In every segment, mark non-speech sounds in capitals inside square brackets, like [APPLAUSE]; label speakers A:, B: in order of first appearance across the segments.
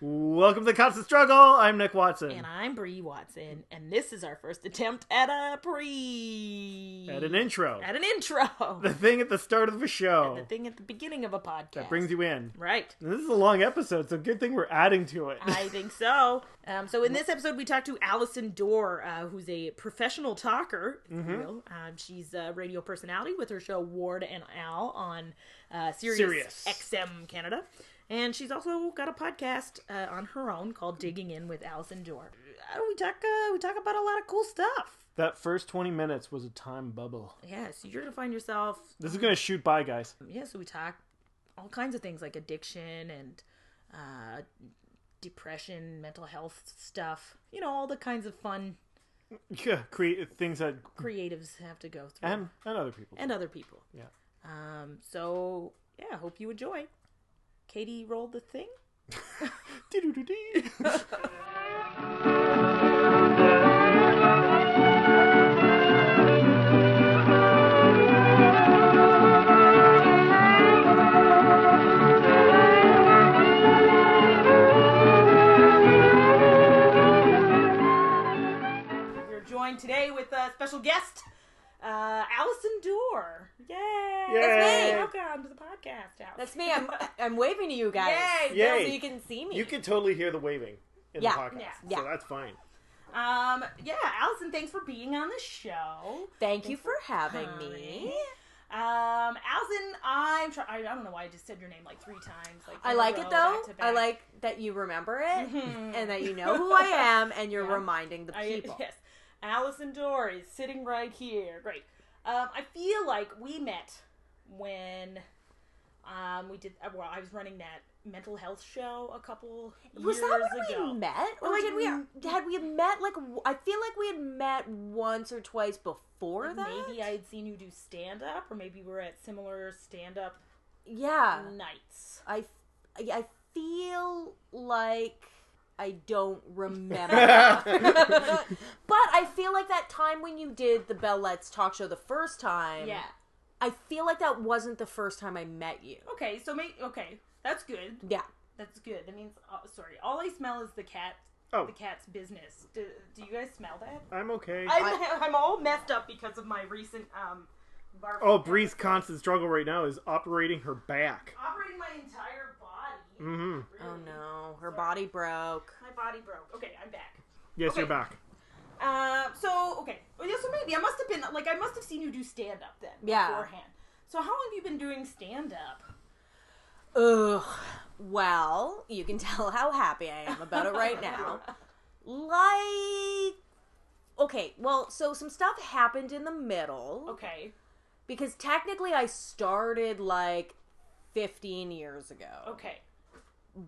A: Welcome to Constant Struggle. I'm Nick Watson.
B: And I'm Bree Watson, and this is our first attempt at a pre.
A: At an intro.
B: At an
A: [LAUGHS]
B: intro.
A: the thing at the start of the show
B: the thing at the beginning of a podcast.
A: that brings you in.
B: Right.
A: And this is a long episode, so good thing we're adding to it.
B: I think so. Um, so in this episode, we talked to Allison Dorr, uh, who's a professional talker. if you
A: Mm-hmm.
B: will. Um, she's a radio personality with her show Ward and Al on uh, Sirius,
A: Sirius.
B: XM Canada. And she's also got a podcast uh, on her own called Digging In with Allison Dorr. Uh, we talk uh, we talk about a lot of cool stuff.
A: [LAUGHS] that first 20 minutes was a time bubble.
B: Yeah, so you're gonna find yourself.
A: This is going to shoot by, guys. [LAUGHS]
B: Yeah, so we talk all kinds of things like addiction and uh, depression, mental health stuff. You know, all the kinds of fun
A: Yeah, create things that.
B: creatives have to go through
A: And, and other people.
B: and other people.
A: Yeah.
B: Um, so yeah, hope you enjoy. Katie rolled the thing.
A: Dee-doo-doo-dee.
B: We're joined today with a special guest, uh, Allison Dorr. Yay!
A: Yay.
B: Welcome to the podcast, Allison.
C: That's me. I'm [LAUGHS] I'm waving to you guys.
B: Yay.
A: Yay.
C: So you can see me.
A: you can totally hear the waving in
C: Yeah.
A: the podcast.
B: Yeah.
C: Yeah.
A: So that's
B: [LAUGHS]
A: fine.
B: Um, yeah, Allison, thanks for being on the show.
C: Thank you for having me.
B: Um, Allison, I'm try- I, I don't know why I just said your name like three times. Like
C: I
B: in a
C: like
B: row,
C: it though.
B: back to
C: I
B: back.
C: like that you remember it
B: Mhm.
C: and that you
B: [LAUGHS]
C: know who I am and you're
B: Yeah.
C: reminding the
B: I- [LAUGHS]
C: people.
B: yes, Allison Dorr is sitting right here. Great. Um, I feel like we met when um we did. uh, Well, I was running that mental health show a couple
C: Was
B: years
C: that when
B: ago.
C: we met, or
B: Or
C: like
B: did
C: had
B: we-
C: we had we met like w- I feel like we had met once or twice before that.
B: Maybe I had seen you do stand up, or maybe we were at similar stand up
C: yeah.
B: Mm. nights.
C: I f- I I feel like I
B: [LAUGHS]
C: don't remember. but I feel like that time when you did the Bell Let's Talk Show the first time.
B: Yeah.
C: I feel like that wasn't the first time I met you.
B: Okay, so maybe okay, that's good.
C: Yeah.
B: That's good. That means oh, sorry. All I smell is the cat.
A: Oh.
B: The cat's business. Do, do you guys smell that?
A: I'm okay.
B: I'm, I'm all messed up because of my recent um. barf-
A: oh, Bree's constant struggle right now is operating her back.
B: Operating my entire body.
A: hmm
C: Oh no, her
B: Sorry.
C: body broke.
B: My body broke. Okay, I'm back.
A: Yes,
B: Okay.
A: you're back.
B: Um. So okay. Well, yeah, so maybe I must have been like I must have seen you do stand up then.
C: Yeah.
B: Beforehand. So how long have you been doing stand up?
C: Ugh. Well, you can [LAUGHS] tell how happy I am about it right now. like Okay, well, so some stuff happened in the middle.
B: [LAUGHS] Okay.
C: because technically I started like 15 years ago.
B: Okay.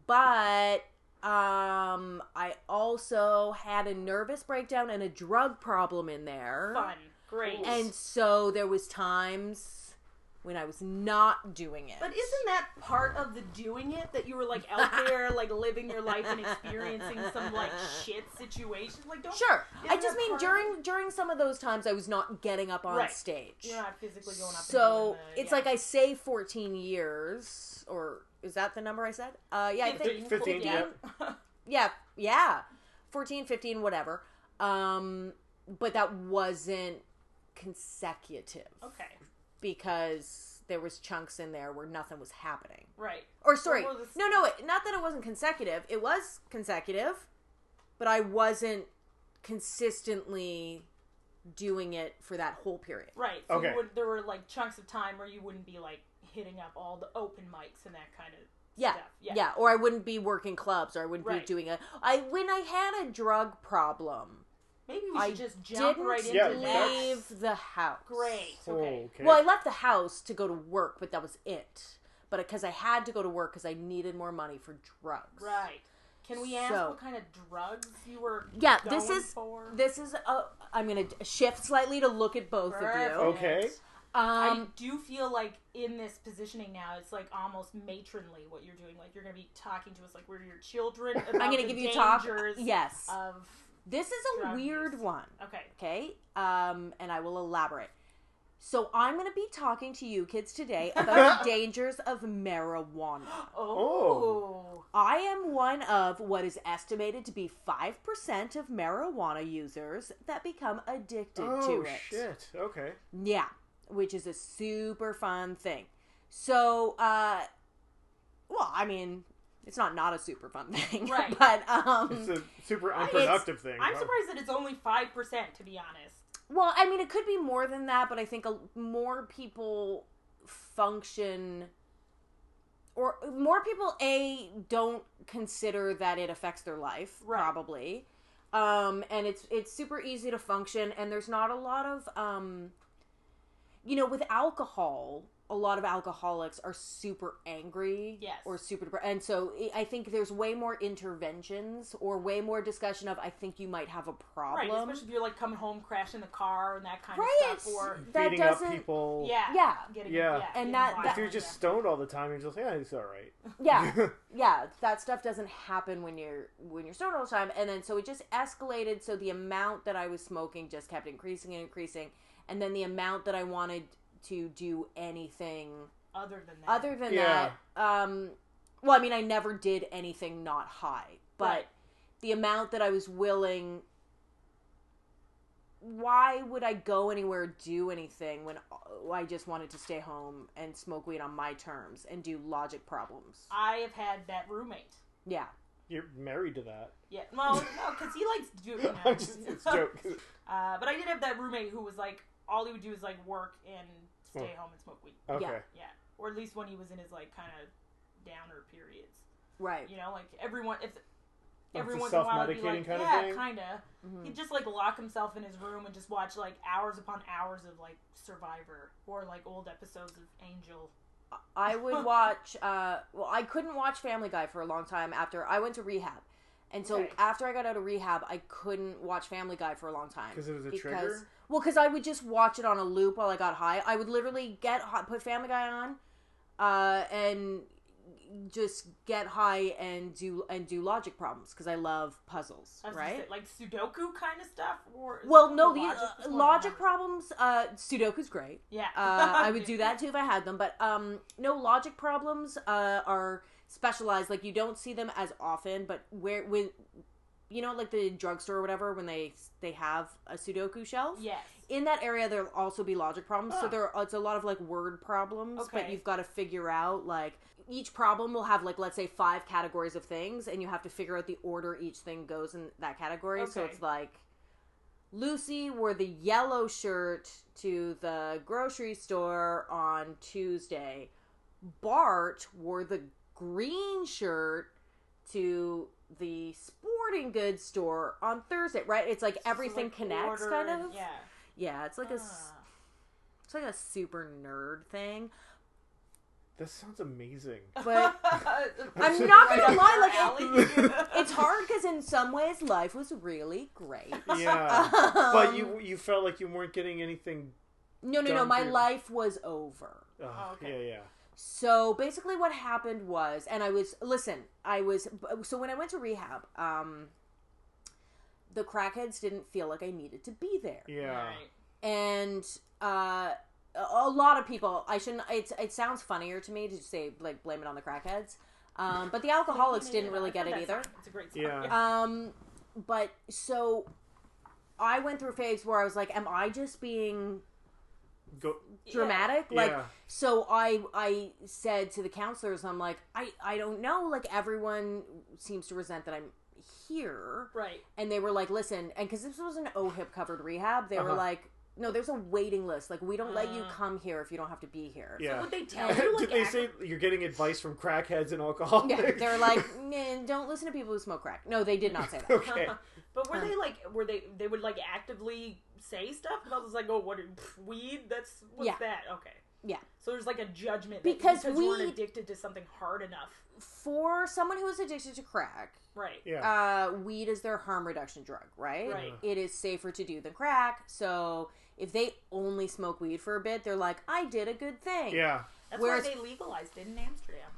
C: But um I also had a nervous breakdown and a drug problem in there.
B: Fun. Great.
C: And so there was times when I was not doing it.
B: But isn't that part of the doing it that you were like
C: [LAUGHS]
B: out there, like living your life and experiencing some like shit situation? Like, don't
C: Sure. I
B: Isn't
C: just
B: that
C: mean
B: part of
C: during during some of those times I was not getting up on
B: Right.
C: stage.
B: You're not physically going up.
C: So
B: and doing the,
C: it's like I say 14 years or is that the number I said? Uh yeah, I think
A: Fifteen, yeah.
C: yeah yeah 14 15 whatever um but that wasn't consecutive
B: [LAUGHS] okay,
C: because there was chunks in there where nothing was happening
B: right.
C: or sorry
B: Well, this-
C: no no it, not that it wasn't consecutive it was consecutive but i wasn't consistently doing it for that whole period
B: Right. So
A: Okay.
B: you would, there were like chunks of time where you wouldn't be like hitting up all the open mics and that kind of
C: yeah,
B: stuff.
C: yeah or i wouldn't be working clubs or i wouldn't
B: Right.
C: be doing a i when i had a drug problem
B: Maybe we should
C: I
B: just jump
C: didn't
B: right into
A: Yeah,
B: that.
C: leave the house
B: Great. Okay.
A: Oh, okay.
C: Well, I left the house to go to work, but that was it. But because I had to go to work because I needed more money for drugs.
B: Right. Can we ask
C: So-
B: what kind of drugs you were?
C: Yeah,
B: Going
C: this is
B: for?
C: this is a. I'm gonna shift slightly to look at both
B: Perfect.
C: of you.
A: Okay.
B: I
C: Um,
B: do feel like in this positioning now, it's like almost matronly what you're doing. Like you're going to be talking to us like we're your children. About
C: [LAUGHS] I'm gonna
B: the
C: give you talk.
B: dangers
C: Yes,
B: of
C: this is a
B: drug
C: weird
B: use.
A: [GASPS]
C: one.
B: okay,
C: Okay, um, and I will elaborate. So I'm going to be talking to you kids today
B: [LAUGHS]
C: about the dangers of marijuana.
B: Oh.
C: I am one of what is estimated to be 5% of marijuana users that become addicted to
A: Oh
C: it.
A: shit. Okay.
C: Yeah, which is a super fun thing. So, uh, well, I mean, it's not not a super fun thing, [LAUGHS]
B: Right.
C: But um,
A: It's a super
B: I- it's-
A: unproductive thing.
B: I'm
A: Wow.
B: surprised that it's only 5%, to be honest.
C: Well, I mean, it could be more than that, but I think a, more people function, or more people a don't consider that it affects their life,
B: Right.
C: probably. Um, and it's it's super easy to function, and there's not a lot of, um, you know, with alcohol. A lot of alcoholics are super angry,
B: Yes.
C: or super depressed, and so I I think there's way more interventions or way more discussion of I think you might have a problem,
B: Right, especially if you're like coming home, crashing the car, and that kind
C: right?
B: of stuff. Or
C: that
A: Beating up
C: doesn't
A: people.
B: yeah,
C: Yeah.
B: getting,
A: Yeah.
B: getting
C: that-
B: violent,
A: If you're just stoned all the time, you're just like, yeah, it's all right. [LAUGHS]
C: yeah yeah that stuff doesn't happen when you're when you're stoned all the time and then so it just escalated so the amount that i was smoking just kept increasing and increasing and then the amount that i wanted to do anything
B: yeah. other than that,
C: other than
A: Yeah.
C: that um well i mean i never did anything not high but
B: Right.
C: the amount that i was willing why would i go anywhere do anything when i just wanted to stay home and smoke weed on my terms and do logic problems
B: I have had that roommate.
C: yeah
A: You're married to that.
B: Yeah,
A: [LAUGHS]
B: well, no, because he likes doing.
A: I'm
B: [LAUGHS]
A: just, it's a joke.
B: Uh, but I did have that roommate who was like, all he would do is like work and stay
A: Hmm.
B: home and smoke weed.
A: Okay.
C: Yeah.
B: Yeah, or at least when he was in his like kind of downer periods.
C: Right.
B: You know, like everyone if
A: Oh, a
B: every once in a while it'd be
A: self-medicating
B: like,
A: kind of
B: yeah,
A: thing? Hmm.
B: kinda.
C: Mhm.
B: He'd just like lock himself in his room and just watch like hours upon hours of like Survivor or like old episodes of Angel.
C: I would watch. Uh, well, I couldn't watch Family Guy for a long time after I went to rehab, and so
B: Okay.
C: after I got out of rehab, I couldn't watch Family Guy for a long time
A: Because it was a trigger.
C: well, because I would just watch it on a loop while I got high. I would literally get high, put Family Guy on, uh, and just get high and do and do logic problems because I love puzzles,
B: I was gonna
C: right?
B: say, like Sudoku kind of stuff or
C: well, no, the
B: Logic?
C: uh,
B: Which one?
C: logic problems. Uh, Sudoku's great.
B: Yeah.
C: uh, I would do that too if I had them. But um, no, logic problems uh, are specialized. Like you don't see them as often, but where when you know, like the drugstore or whatever, when they they have a Sudoku shelf.
B: [LAUGHS] Yes.
C: In that area, there'll also be logic problems. So
A: Ah.
C: there, it's a lot of like word problems, but
B: Okay.
C: you've got to figure out like each problem will have like let's say five categories of things, and you have to figure out the order each thing goes in that category. So
B: Okay.
C: it's like Lucy wore the yellow shirt to the grocery store on Tuesday. Bart wore the green shirt to the sporting goods store on Thursday, right? It's like
B: So,
C: everything
B: like,
C: connects
B: order
C: kind
B: and-
C: of.
B: Yeah.
C: Yeah, it's like a s-
B: Ah.
C: it's like a super nerd thing.
A: This sounds amazing.
B: [LAUGHS]
C: But
A: I'm
C: not
B: Right
C: gonna
B: up
C: lie,
B: your alley.
C: it's hard cuz in some ways life was really great.
A: [LAUGHS] Yeah.
C: Um,
A: Uh, but you you felt like you weren't getting anything.
C: No, no, no,
A: Don't
C: my
A: do-
C: life was over.
A: Ugh,
B: okay.
A: Yeah,
C: So basically, what happened was, and I was listen, I was so when I went to rehab, um, the crackheads didn't feel like I needed to be there,
A: yeah, yeah.
B: Right.
C: and uh, a lot of people. I shouldn't. It's it sounds funnier to me to say like blame it on the crackheads, um, but the alcoholics didn't really
B: I've
C: get
B: heard
C: it
B: that
C: either.
B: song. It's a great song.
A: Yeah.
C: Um, but so I went through a phase where I was like, am I just being
A: Go.
C: Uh, dramatic like
A: Yeah.
C: so i i said to the counselors i'm like i i don't know like everyone seems to resent that i'm here
B: Right.
C: and they were like listen and because this was an ohip covered rehab they were
A: Uh-huh. Mm.
C: like no there's a waiting list like we don't let you
B: Uh.
C: come here if you don't have to be here
A: Yeah.
B: Would
A: [LAUGHS]
B: they tell you like
A: Did they
B: act-
A: say you're getting advice from crackheads and alcoholics? [LAUGHS]
C: Yeah, they're like "Nah, don't listen to people who smoke crack no they did not say
A: [LAUGHS]
B: [LAUGHS]
C: that
A: okay.
B: But were
C: Um,
B: they like were they they would like actively say stuff and I was like, Oh what are- pff, weed? That's what's
C: Yeah.
B: that? Okay.
C: Yeah.
B: So there's like a judgment that-
C: Because
B: because you weren't
C: weed-
B: addicted to something hard enough.
C: for someone who is addicted to crack
B: Right.
A: Yeah.
C: uh, weed is their harm reduction drug, right?
B: Right.
C: It is safer to do than crack. So if they only smoke weed for a bit, they're like, I did a good thing.
A: yeah.
B: That's
C: Whereas-
B: why they legalized it in Amsterdam.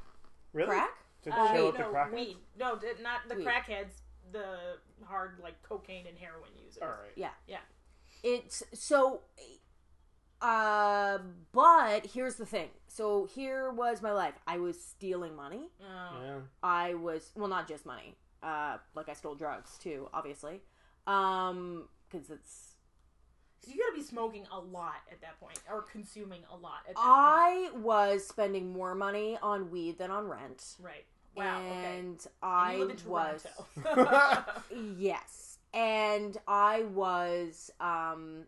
A: Really?
C: Crack?
A: To
B: Uh,
A: show
B: no,
A: up the crackheads.
B: weed. No, d- not the
C: Weed.
B: crackheads, the hard like cocaine and heroin users.
A: All right.
C: Yeah.
B: Yeah.
C: It's so Uh, but here's the thing. So here was my life. I was stealing money.
B: Oh.
A: Yeah.
C: I was well, not just money. Uh, like I stole drugs too, obviously. Um, because it's
B: So you gotta be smoking a lot at that point, or consuming a lot at that
C: I was spending more money on weed than on rent.
B: point. Right. Wow. okay.
C: And
B: And
C: I
B: you live in
C: was [LAUGHS]
B: Toronto. [LAUGHS]
C: yes, and I was um.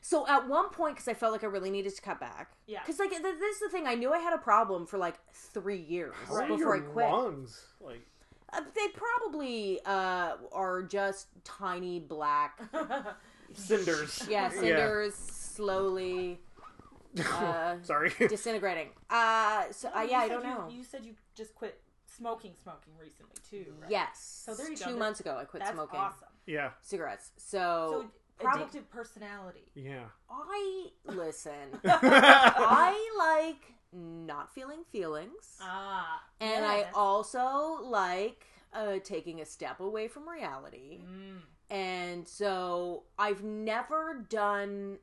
C: So at one point, because I felt like I really needed to cut back.
B: Yeah. [LAUGHS]
C: Because like th- this is the thing, I knew I had a problem for like three years
A: How are
C: before
A: your
C: I quit.
A: lungs? Like,
C: [LAUGHS]
A: [LAUGHS]
C: Uh, they probably uh, are just tiny black
B: [LAUGHS]
A: cinders.
C: yeah cinders slowly uh, [LAUGHS]
A: Sorry.
C: disintegrating. Uh, so uh,
B: oh, You
C: yeah, I
B: said
C: don't
B: you-
C: know.
B: You said you just quit smoking, smoking recently too, right?
C: Yes.
B: So there you go.
C: Two
B: That-
C: months ago, I quit
B: That's
C: smoking Oh,
B: awesome.
A: yeah.
C: cigarettes. So,
B: So
C: probably-
B: addictive
A: [LAUGHS]
B: personality. [LAUGHS] Ah,
A: Yeah.
C: I listen.
A: yeah.
C: I like not feeling feelings,
B: Ah.
C: and
B: yeah,
C: I
B: that's-
C: also like uh, taking a step away from reality.
B: Mm.
C: And so I've never done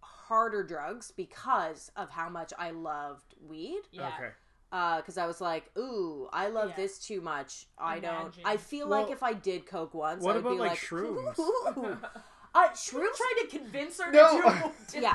C: harder drugs because of how much I loved weed.
B: Yeah.
C: [LAUGHS]
A: Okay.
C: because I was like, "Ooh, I love
B: Yeah.
C: this too much. I don't.
B: Imagine.
C: I feel like
A: Well,
C: if I did coke once,
A: what
C: I would
A: about,
C: be
A: like,
C: like,
A: shrooms?
C: [LAUGHS]
B: [LAUGHS]
C: "Ooh." uh,
B: We're
C: shrooms.
B: trying to convince her
A: No.
B: [LAUGHS] to do
C: Yeah.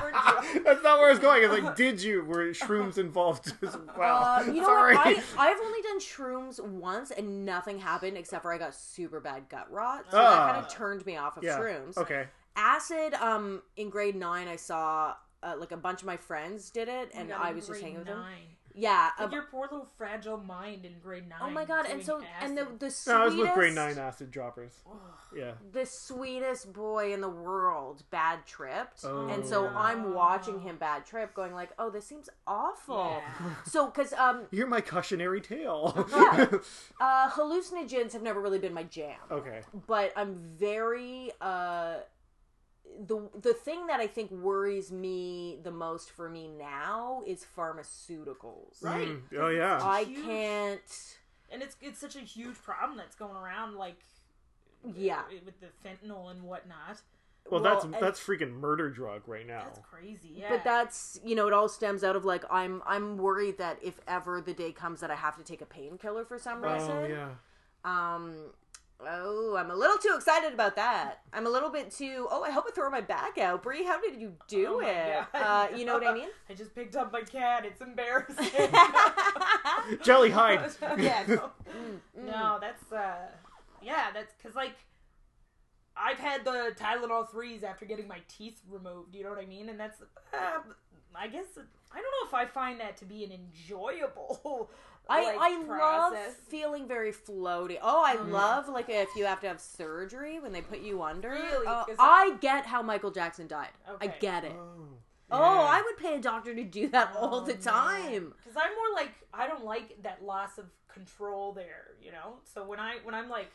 A: [LAUGHS]
B: different [LAUGHS]
A: That's not where I was going. It's
C: [LAUGHS]
A: like, did you? Were shrooms involved as well?
C: Uh,
A: [LAUGHS]
C: you know
A: Sorry.
C: what? I, I've only done shrooms once, and nothing happened except for I got super bad gut rot. So that
A: Ah.
C: kind of turned me off of
A: yeah.
C: shrooms.
A: Okay.
C: Acid. Um, in grade nine, I saw. Uh, like a bunch of my friends did it, and
B: Yeah,
C: I
B: in
C: was just
B: grade
C: hanging with them.
B: nine.
C: Yeah.
B: Like
C: a-
B: your poor little fragile mind in grade nine.
C: oh my god! And so,
B: doing
C: and the
B: acid.
C: the
A: No, I was with grade
C: sweetest-
A: nine acid droppers.
B: Ugh.
A: Yeah.
C: the sweetest boy in the world bad tripped
A: Oh.
C: and so
A: Yeah.
C: i'm watching him bad trip going like oh this seems awful
B: Yeah.
C: so because um
A: [LAUGHS] You're my cautionary tale.
C: Yeah. uh hallucinogens have never really been my jam
A: [LAUGHS] okay.
C: but i'm very uh the the thing that i think worries me the most for me now is pharmaceuticals
B: Right.
A: Mm. Oh yeah.
C: i
B: Huge.
C: can't
B: And it's it's such a huge problem that's going around, like uh,
C: Yeah.
B: with the fentanyl and whatnot.
A: Well, that's
C: and-
A: that's freaking murder drug right now.
B: That's crazy. Yeah.
C: But that's you know, it all stems out of like I'm I'm worried that if ever the day comes that I have to take a painkiller for some reason,
A: Oh yeah.
C: um, oh, I'm a little too excited about that. I'm a little bit too. Oh, I hope I throw my back out, Brie. How did you do
B: Oh my
C: it?
B: God. [LAUGHS]
C: Uh, you know what I mean?
B: I just picked up my cat. It's
C: [LAUGHS]
B: embarrassing.
A: [LAUGHS] Jelly hide.
B: [LAUGHS] yeah. No,
C: [LAUGHS] Mm.
B: No, that's uh, yeah, that's because like I've had the Tylenol threes after getting my teeth removed. You know what I mean? And that's uh, I guess I don't know if I find that to be an enjoyable. [LAUGHS]
C: I
B: like,
C: I love
B: process. Mm-hmm.
C: feeling very floaty. Oh, I love like if you have to have surgery when they put you under.
B: Really?
C: Uh,
B: 'Cause I-
C: I get how Michael Jackson died. I
B: Okay.
C: get it.
A: Oh.
C: Oh, I would pay a doctor to do that
B: Oh,
C: all the time.
B: Because Um, I'm more like I don't like that loss of control there, you know. So when I when I'm like,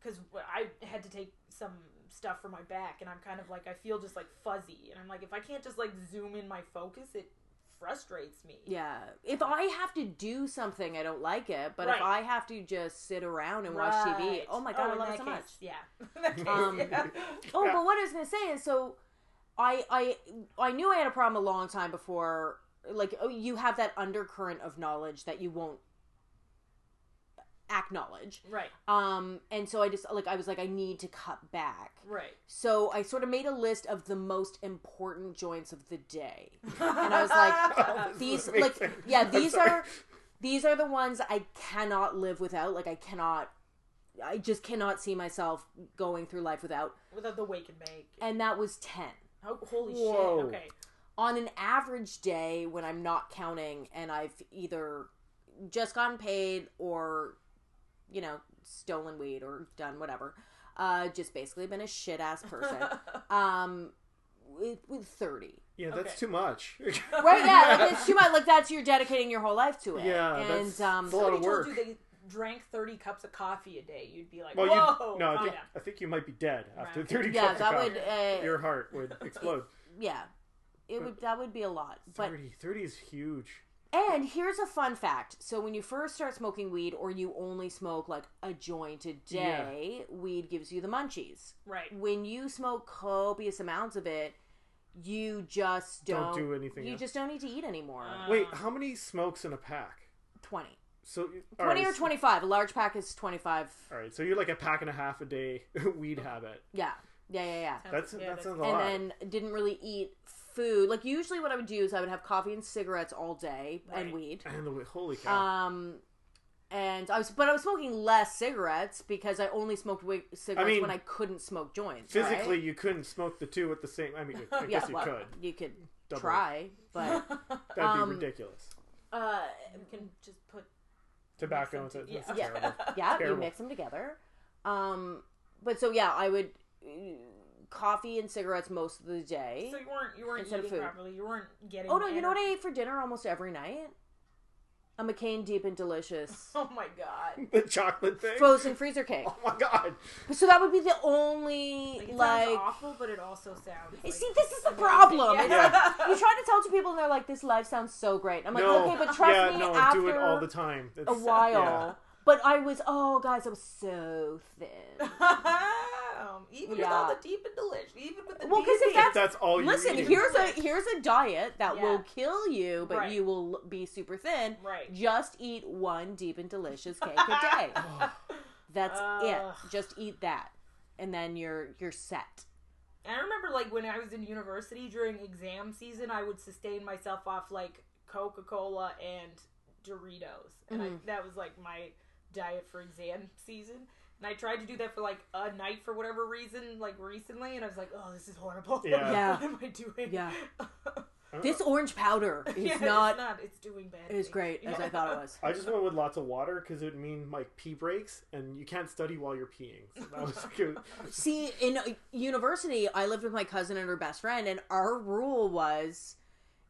B: because I had to take some stuff for my back, and I'm kind of like I feel just like fuzzy, and I'm like if I can't just like zoom in my focus, it frustrates me.
C: Yeah. If I have to do something, I don't like it. But if I
B: Right.
C: have to just sit around and watch TV,
B: Right.
C: oh my god, I
B: in
C: love
B: that
C: it so
B: case,
C: much.
B: Yeah. [LAUGHS] In that case,
C: Um,
B: yeah.
C: Oh, but what I was gonna say is, so I I I knew I had a problem a long time before. Like, oh, you have that undercurrent of knowledge that you won't acknowledge.
B: Right.
C: Um, and so I just like I was like, I need to cut back.
B: Right.
C: So I sort of made a list of the most important joints of the
A: [LAUGHS]
C: day, and I was like, these like
A: amazing. [LAUGHS]
C: yeah
A: I'm
C: these
A: sorry.
C: are these are the ones i cannot live without like i cannot i just cannot see myself going through life without
B: [LAUGHS] without the wake and bake.
C: and that was 10
B: Oh, holy
A: Whoa.
B: shit. Okay.
C: on an average day when i'm not counting and i've either just gotten paid or you know stolen weed or done whatever uh just basically been a shit ass
A: [LAUGHS]
C: person
B: [LAUGHS]
C: um with, with 30
A: Yeah, that's
B: Okay.
A: too much. [LAUGHS]
C: right yeah like it's too much like that's you're dedicating your whole life to it
A: Yeah,
C: and
A: that's-
C: um
A: it's a lot of
B: Somebody
A: work.
B: told you they drank 30 cups of coffee a day. You'd be like,
A: Well,
B: whoa. Oh,
A: you no, I
B: calm
A: think,
B: down.
A: I think you might be dead after
B: Right.
A: thirty.
C: Oh, yeah
A: cups of
C: that
A: coffee.
C: would uh,
A: Your heart would [LAUGHS] explode.
C: yeah it would that would be a lot but
A: 30. 30 is huge.
C: and here's a fun fact so when you first start smoking weed or you only smoke like a joint a day weed gives you the munchies
B: Right.
C: when you smoke copious amounts of it you just don't,
A: Don't do anything
C: You
A: else.
C: just don't need to eat anymore.
B: Uh,
A: Wait, how many smokes in a pack?
C: twenty.
A: So all
C: Twenty
A: right,
C: or twenty five. A large pack is twenty five.
A: All right, so you're like a pack and a half a day [LAUGHS] weed habit.
C: Yeah, yeah, yeah, yeah.
A: That's
B: yeah,
A: that sounds a
C: and
A: lot.
C: then didn't really eat food. Like usually, what I would do is I would have coffee and cigarettes all day and
B: Right.
C: weed.
A: And the holy cow.
C: Um, and I was, but I was smoking less cigarettes because I only smoked wi- cigarettes
A: mean,
C: when I couldn't smoke joints. right?
A: Physically, you couldn't smoke the two at the same. I mean, I
C: [LAUGHS] yeah,
A: guess you
C: well,
A: could.
C: you could
A: Double.
C: try,
A: [LAUGHS]
C: but
B: [LAUGHS]
A: That'd be
C: um,
A: ridiculous.
C: uh,
B: you can just put
A: Tobacco and
B: yeah.
A: that's
C: Yeah. [LAUGHS]
A: terrible. [LAUGHS]
C: yeah, you
A: Terrible.
C: mix them together. Um, but so yeah, I would uh, coffee and cigarettes most of the day.
B: [LAUGHS] so you weren't you weren't
C: Instead of
B: eating
C: food.
B: properly. You weren't getting.
C: oh no, you know what
B: ener-
C: I ate for dinner almost every night? A McCain Deep
A: [LAUGHS]
C: and Delicious
B: [LAUGHS] Oh my
C: [LAUGHS]
B: god.
A: The chocolate thing.
C: frozen freezer cake.
A: Oh my god.
C: So that would be the only
B: Like, it
C: like.
B: sounds awful, but it also sounds. Like,
C: See,
B: [LAUGHS]
C: this is the
B: amazing.
C: problem.
B: [LAUGHS] Yeah.
C: It's like, you try to tell it to people and they're like, "This life sounds so great." I'm like,
A: no.
C: "Okay, but trust
A: yeah,
C: me,
A: no,
C: after
A: do it all the time. It's,
C: a while."
A: [LAUGHS] Yeah.
B: [LAUGHS]
C: But I was, oh guys, I was so thin.
B: Um, even with all
C: Yeah.
B: the deep and delicious, even with the
C: Well, 'cause
B: deep-
C: if that's-
A: If that's all you
C: [LAUGHS] Listen,
A: eat.
C: here's a here's a diet that
B: Yeah.
C: will kill you, but
B: Right.
C: you will l- be super thin.
B: Right.
C: Just eat one deep and delicious cake [LAUGHS] a day. That's
B: Ugh.
C: it. Just eat that, and then you're you're set.
B: And I remember like when I was in university during exam season, I would sustain myself off like Coca Cola and Doritos, and
C: Mm-hmm.
B: I, that was like my diet for exam [LAUGHS] season. And I tried to do that for like a night for whatever reason, like recently, and I was like, "Oh, this is horrible. [LAUGHS]
A: Yeah.
C: Yeah.
B: what am I doing? [LAUGHS]
C: Yeah.
A: Uh,
C: This orange [LAUGHS] powder is
B: Yeah,
C: not
B: It's not. It's doing bad.
C: as great as I thought it was.
A: I just went with lots of water because it would mean like pee breaks, and you can't study while you're peeing. So that was [LAUGHS] good.
C: See, in university, I lived with my cousin and her best friend, and our rule was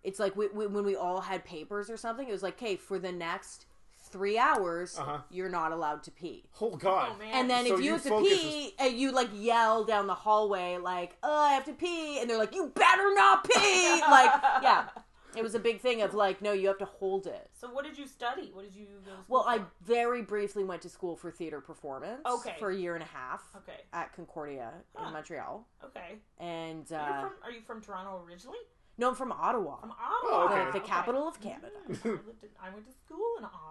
C: it's like we, we, when we all had papers or something, it was like, okay, for the next three hours,
A: Uh-huh.
C: you're not allowed to pee.
A: Oh god.
B: Oh man.
C: And then
A: So
C: if you,
A: you
C: have to
A: focus
C: pee, and you like yell down the hallway, like, oh, I have to pee. And they're like, you better not pee.
B: [LAUGHS]
C: like, yeah. It was a big thing of like, no, you have to hold it.
B: so what did you study? What did you? Go to school
C: Well, I
B: for?
C: very briefly went to school for theater performance
B: Okay.
C: for a year and a half
B: Okay.
C: at Concordia
B: Huh.
C: in Montreal.
B: Okay.
C: And
B: You're
C: uh,
B: from, are you from Toronto originally?
C: no, I'm from Ottawa,
B: From
A: Oh,
B: Ottawa,
A: okay.
C: the, the capital of Canada.
A: [LAUGHS]
B: Mm, I, lived in, I went to school in Ottawa.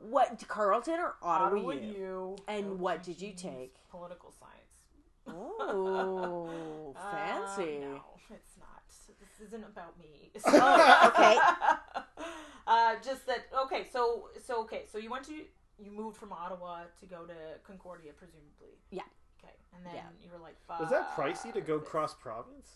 C: What Carleton or Ottawa?
B: Ottawa
C: U?
B: U.
C: And
B: Oh,
C: what did you
B: geez,
C: take?
B: Political science. [LAUGHS]
C: Oh,
B: Uh,
C: fancy!
B: no, it's not. This isn't about me. [LAUGHS]
C: Oh, okay.
B: uh, just that. Okay, so so okay, so you went to you moved from Ottawa to go to Concordia, presumably.
C: Yeah.
B: Okay, and then
C: Yeah.
B: you were like, Fuck
A: Was that pricey to go
B: this."
A: cross province?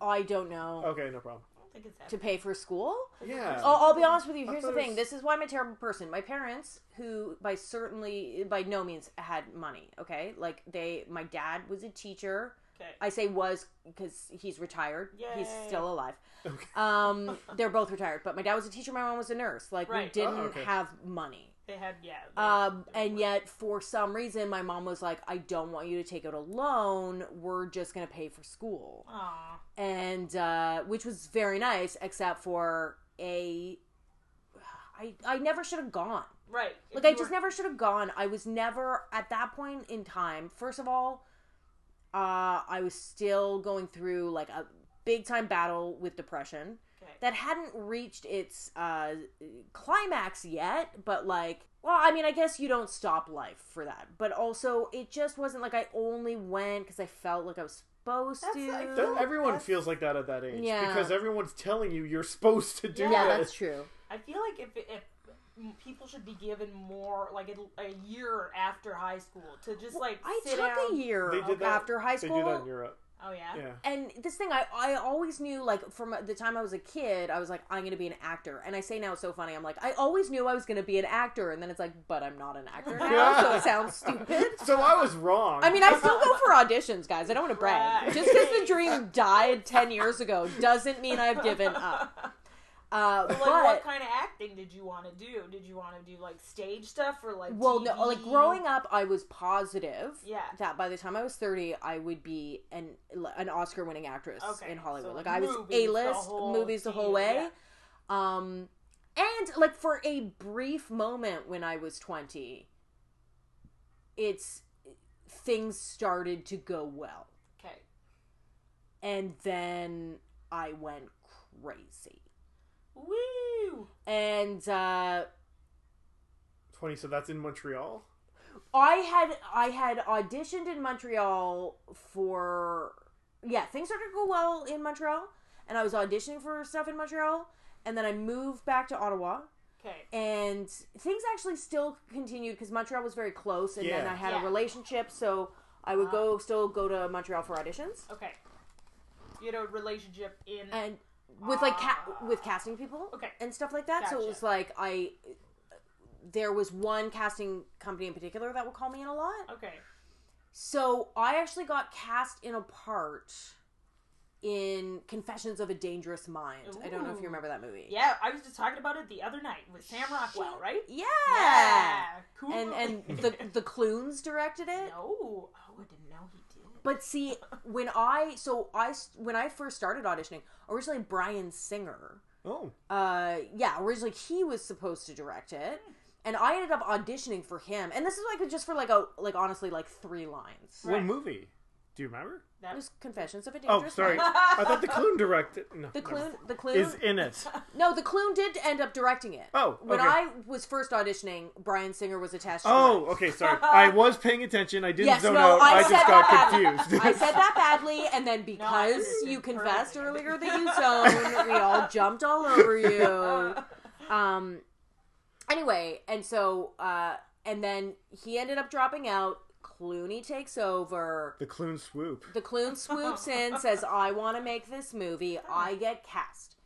C: I don't know
A: Okay, no problem.
B: I don't think it's that.
C: to pay for school.
A: Oh. Yeah.
C: Oh, I'll be honest with you.
A: I
C: Here's
A: thought
C: the
A: it
C: thing.
A: was-
C: This is why I'm a terrible person. My parents, who by certainly by no means had money, okay, like they, my dad was a teacher.
B: okay.
C: I say was because he's retired. He's
B: Yay.
C: still alive.
A: Okay.
C: Um, they're both retired, but my dad was a teacher. My mom was a nurse. Like we
B: Right.
C: didn't
A: Oh, okay.
C: have money.
B: they had yeah. they-
C: Um,
B: they
C: and
B: were-
C: yet, for some reason, my mom was like, "I don't want you to take out a loan. We're just gonna pay for school,"
B: Aw.
C: and uh, which was very nice, except for a. I, I never should have gone.
B: Right. if
C: Like, I
B: you
C: just
B: were-
C: never should have gone. I was never, at that point in time, first of all, uh, I was still going through like a big time battle with depression
B: Okay.
C: that hadn't reached its uh, climax yet, but like, well, I mean, I guess you don't stop life for that. But also, it just wasn't like I only went because I felt like I was supposed
B: That's
C: to.
B: like-
A: That- everyone
B: That's-
A: feels like that at that age
C: Yeah.
A: because everyone's telling you you're supposed to do
B: Yeah,
C: yeah,
A: this.
C: that's true.
B: I feel like if if m- people should be given more, like a, a year after high school to just like
C: I
B: sit
C: took
B: down.
C: a year
A: They did that-
C: after high
A: They do that in
C: school.
A: Europe.
B: Oh yeah.
A: Yeah.
C: And this thing, I, I always knew, like, from the time I was a kid, I was like, I'm going to be an actor. And I say now it's so funny. I'm like, I always knew I was going to be an actor. And then it's like, but I'm not an actor
A: [LAUGHS]
C: now, so it sounds stupid.
A: So I was wrong.
C: I mean, I still go for auditions, guys. I don't want to brag.
B: Right.
C: Just because the dream died 10 years ago doesn't mean I've
B: [LAUGHS]
C: given up. Uh,
B: Like what
C: but,
B: kind of acting did you want to do? Did you want to do like stage stuff or like
C: well, no, like
B: TV?
C: growing up, I was positive
B: Yeah.
C: that by the time I was 30, I would be an, an Oscar winning actress
B: Okay,
C: in Hollywood.
B: so
C: like, I was
B: movies the
C: A list,
B: whole
C: movies the whole
B: deal,
C: way.
B: yeah.
C: Um, and like for a brief moment when I was 20, it's things started to go well.
B: Okay.
C: and then I went crazy.
B: Woo!
C: And uh,
A: [LAUGHS] Twenty. So that's in Montreal.
C: I had I had auditioned in Montreal for yeah things started to go well in Montreal, and I was auditioning for stuff in Montreal, and then I moved back to Ottawa,
B: Okay.
C: and things actually still continued because Montreal was very close, and then
A: Yeah.
C: I had
B: Yeah.
C: a relationship, so I would
B: Ah.
C: go still go to Montreal for auditions,
B: Okay. You had a relationship in.
C: and with like ca-
B: Ah.
C: with casting people
B: Okay.
C: and stuff like that. So it
B: Gotcha.
C: was like I there was one casting company in particular that would call me in a lot.
B: Okay.
C: So I actually got cast in a part in Confessions of a Dangerous Mind. I don't know if
B: Ooh.
C: you remember that movie.
B: Yeah, I was just talking about it the other night with Sam Rockwell, right?
C: Yeah.
B: Cool.
C: And
B: [LAUGHS]
C: and the the Clunes directed it.
B: no, oh, I didn't know he did.
C: But see, when I so I s- when I first started auditioning, originally Brian Singer,
A: Oh,
C: uh, yeah, originally he was supposed to direct it, and I ended up auditioning for him. And this is like just for like a like honestly like three lines.
B: Right.
A: what movie? Do you remember?
C: It
B: That
C: was Confessions of a Dangerous
A: Oh, sorry.
C: Mind.
A: I thought the Clune directed. No,
C: The
A: no.
C: Clune, the Clune
A: is in it.
C: No, the Clune did end up directing it.
A: Oh,
C: when
A: okay.
C: I was first auditioning, Brian Singer was attached. to
A: Oh,
C: it.
A: okay.
C: [LAUGHS]
A: Sorry, I was paying attention. I didn't
C: yes,
A: zone
C: no,
A: out.
C: I,
A: I,
C: said
A: just
C: that
A: got
C: badly.
A: confused.
C: I said that badly, and then
B: I
C: because
B: understood
C: you confessed
B: perfectly.
C: earlier that you zoned, we all jumped all
B: [LAUGHS]
C: over you. Um, anyway, and so uh, and then he ended up dropping out. Clooney takes over.
A: [LAUGHS] the Clune swoop.
C: The Clune swoops [LAUGHS] in, says, I want to make this movie. I get cast.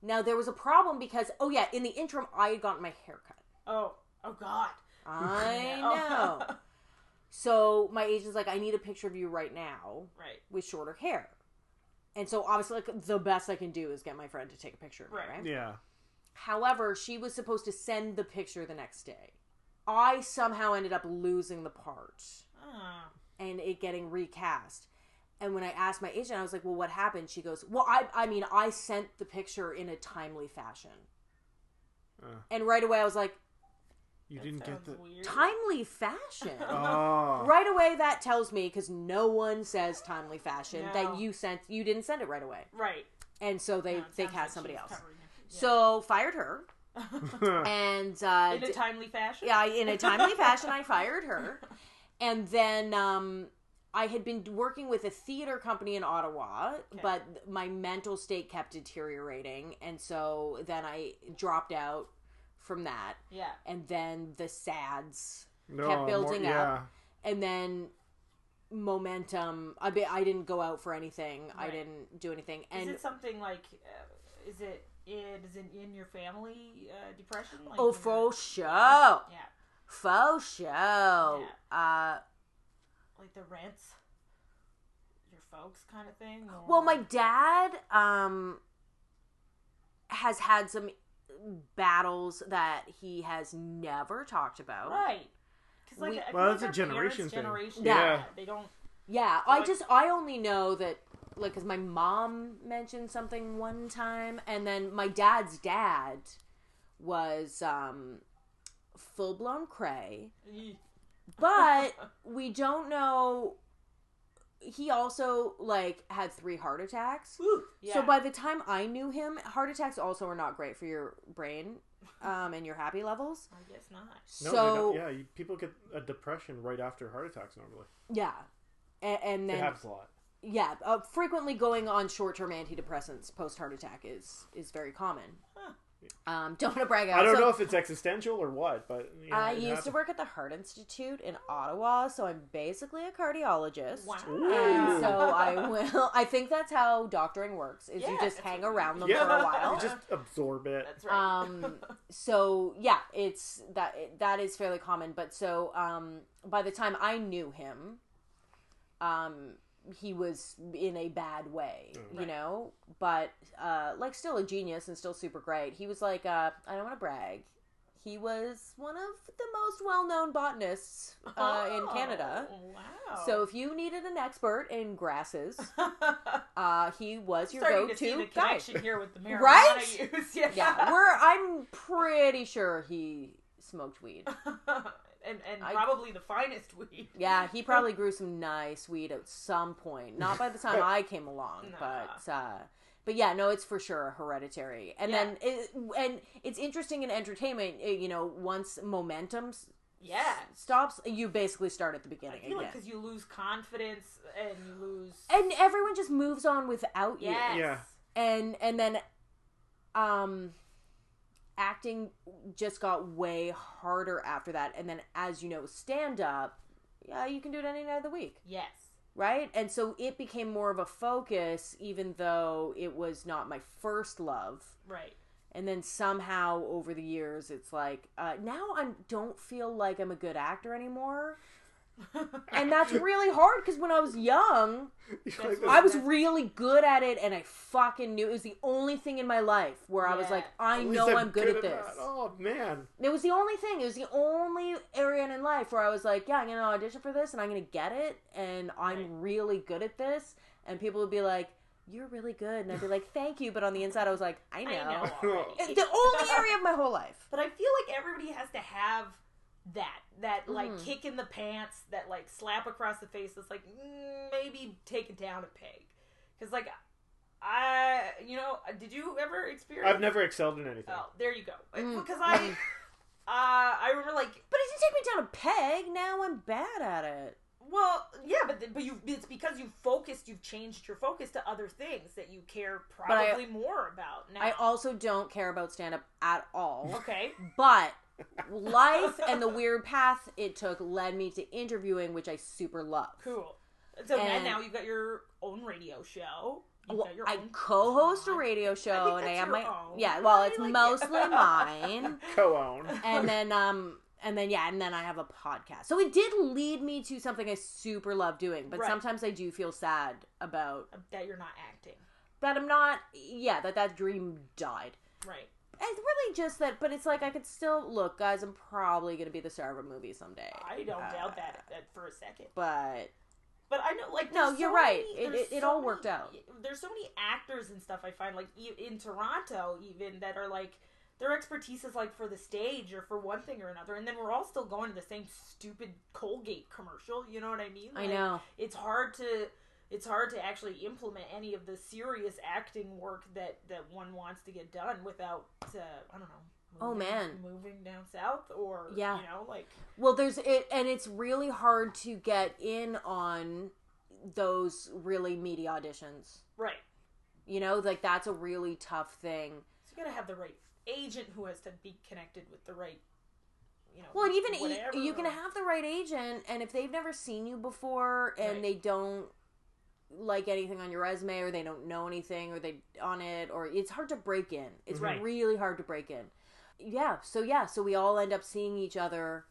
C: Now, there was a problem because, oh, yeah, in the interim, I had gotten my hair cut.
B: [LAUGHS] oh, oh God.
C: I know. So my agent's like, I need a picture of you right now
B: [LAUGHS] right.
C: with shorter hair. And so, obviously, like, the best I can do is get my friend to take a picture of me,
B: Right.
C: right?
A: Yeah.
C: However, she was supposed to send the picture the next day. I somehow ended up losing the part.
B: Ah.
C: and it getting recast. And when I asked my agent, I was like, "Well, what happened?" She goes, "Well, I I mean, I sent the picture in a timely fashion."
A: Uh.
C: And right away I was like,
A: You
B: that
A: didn't get the.
B: sounds weird.
C: "Timely fashion?"
A: Oh. [LAUGHS]
C: right [LAUGHS] away that tells me cuz no one says timely fashion
B: No.
C: that you sent you didn't send it right away.
B: Right.
C: And so they
B: No, it
C: they
B: sounds
C: cast
B: like
C: somebody
B: she's
C: else.
B: covering it.
C: So, fired her and uh
B: Yeah. in a
C: d-
B: timely fashion.
C: yeah, I- in a timely fashion, I fired her. And then um, I had been working with a theater company in Ottawa, but my mental state kept deteriorating. And so then I dropped out from that.
B: Yeah.
C: And then the SADS.
A: no,
C: kept
A: more-
C: building up.
A: yeah.
C: And then momentum. I, be, I didn't go out for anything, I
B: Right.
C: didn't do anything.
B: Is
C: And
B: it something like? Uh, is it? It is it in your family uh, depression? Like when
C: oh,
B: you're-
C: faux show.
B: Yeah.
C: Faux show. Uh,
B: Like the rents. Your folks, kind of thing. Or...
C: Well, my dad um has had some battles that he has never talked about.
B: Right. 'Cause, like,
C: We-
B: I feel
A: Well,
B: like
A: that's a
B: our
A: generation
B: parents'
A: thing.
B: generation,
C: Yeah.
A: Yeah.
B: They don't.
C: Yeah, I
B: Like-
C: just I only know that like cuz my mom mentioned something one time and then my dad's dad was um full-blown cray,
B: Eeh.
C: but we don't know he also like had three heart attacks.
B: Whew. Yeah.
C: So by the time I knew him, heart attacks also are not great for your brain um, and your happy levels.
B: I guess not.
A: No, they
C: so
A: don't- yeah, you, people get a depression right after heart attacks normally.
C: yeah, A- and
A: It
C: then
A: happens a lot.
C: yeah, uh, frequently going on short-term antidepressants post heart attack is is very common.
B: Huh.
C: Um, don't [LAUGHS] want to brag out.
A: I don't
C: so,
A: know if it's existential or what, but you know,
C: I
A: it
C: used to
A: happens.
C: work at the Heart Institute in Ottawa, so I'm basically a cardiologist.
B: Wow.
A: Ooh.
C: And
B: [LAUGHS]
C: so I will. I think that's how doctoring works: is you
B: Yeah, that's
C: just hang
B: what-
C: around them
A: Yeah.
C: for a while.
A: You just absorb it.
B: That's right. [LAUGHS]
C: um so yeah it's that that is fairly common but so um by the time i knew him um he was in a bad way you
B: Oh, Right.
C: know but uh like still a genius and still super great he was like uh i don't want to brag he was one of the most well-known botanists uh, in
B: Oh,
C: canada
B: Wow.
C: so if you needed an expert in grasses
B: [LAUGHS]
C: uh he was your
B: starting to see
C: go-to
B: the
C: guy
B: connection here with the marijuana
C: Right?
B: use. [LAUGHS] Yeah.
C: yeah, we're. I'm pretty sure he smoked weed.
B: [LAUGHS] and and
C: I-
B: probably the finest weed.
C: Yeah, he probably grew some nice weed at some point. Not by
B: [LAUGHS]
C: the time I came along,
B: Nah.
C: but uh, but yeah, no, it's for sure hereditary. And
B: Yeah.
C: then it, and it's interesting in entertainment. uh, You know, once momentum s-
B: [LAUGHS] yeah.
C: stops, you basically start at
B: I
C: the beginning
B: feel like
C: again.
B: because you lose confidence and you lose.
C: and everyone just moves on without you.
B: yes.
A: Yeah.
C: and and then um acting just got way harder after that and then as you know stand up yeah you can do it any night of the week
B: Yes.
C: right and so it became more of a focus even though it was not my first love
B: Right. [LAUGHS]
C: and then somehow over the years it's like uh, now i don't feel like i'm a good actor anymore [LAUGHS]
A: [LAUGHS]
C: and that's really hard because when i was young
A: You're like,
C: I was really good at it, and I fucking knew it was the only thing in my life where I was
B: Yeah.
C: like, I
A: "At least
C: know I'm good, at this.
A: that." Oh man,
C: It was the only thing. It was the only area in life where I was like, yeah, I'm gonna audition for this, and I'm gonna get it, and I'm
B: Right.
C: really good at this. And people would be like, "You're really good," and I'd be like, "Thank you," but on the inside, I was like, I know.
B: I know.
C: It-
B: already.
C: the
B: [LAUGHS]
C: only area of my whole life.
B: But I feel like everybody has to have that that like
C: Mhm.
B: kick in the pants, that like slap across the face. That's like mm, maybe take it down a peg, because like I, you know, did you ever experience?
A: I've never excelled in anything.
B: Oh, there you go.
C: Mm.
B: Because I, uh,
C: [LAUGHS]
B: I remember like,
C: But it didn't take me down a peg. Now I'm bad at it.
B: well, yeah, but the, but you, it's because you focused, you've changed your focus to other things that you care
C: I-
B: probably more about now.
C: I also don't care about stand up at all.
B: okay,
C: But life and the weird path it took led me to interviewing, which I super love.
B: cool. So and,
C: And-
B: now you've got your own radio show. You've
C: Well,
B: got your
C: I
B: own
C: co-host a
B: pod.
C: radio show, and I
B: that's
C: have
B: your
C: my
B: own.
C: yeah. Well, it's
B: Like- [LAUGHS]
C: mostly mine,
A: Co-own.
C: and then um, and then yeah, and then I have a podcast. So it did lead me to something I super love doing. But
B: Right.
C: sometimes I do feel sad about
B: Um, that you're not acting.
C: that I'm not. Yeah, that that dream died.
B: Right.
C: It's really just that, but it's like I could still look, guys. I'm probably gonna be the star of a movie someday.
B: I don't
C: Uh,
B: doubt that, that for a second.
C: But
B: But I know, like,
C: No,
B: there's
C: you're
B: so
C: right.
B: many-
C: It-
B: there's
C: it- it
B: so
C: all worked
B: many-
C: out.
B: There's so many actors and stuff I find, like, e- in Toronto, even that are like their expertise is like for the stage or for one thing or another, and then we're all still going to the same stupid Colgate commercial. You know what I mean?
C: I
B: Like,
C: know.
B: it's hard to it's hard to actually implement any of the serious acting work that that one wants to get done without uh, I don't know.
C: Oh,
B: moving-
C: man.
B: moving down south or
C: Yeah.
B: you know like
C: Well, there's it, and it's really hard to get in on those really meaty auditions.
B: right.
C: You know, like that's a really tough thing.
B: So you gotta have the right agent who has to be connected with the right, you know.
C: Well, and even y-
B: whatever,
C: you can
B: or-
C: have the right agent, and if they've never seen you before and
B: Right.
C: they don't like anything on your resume or they don't know anything or they on it or it's hard to break in. It's
B: Mm-hmm. Right.
C: really hard to break in. Yeah, so yeah, so we all end up seeing each other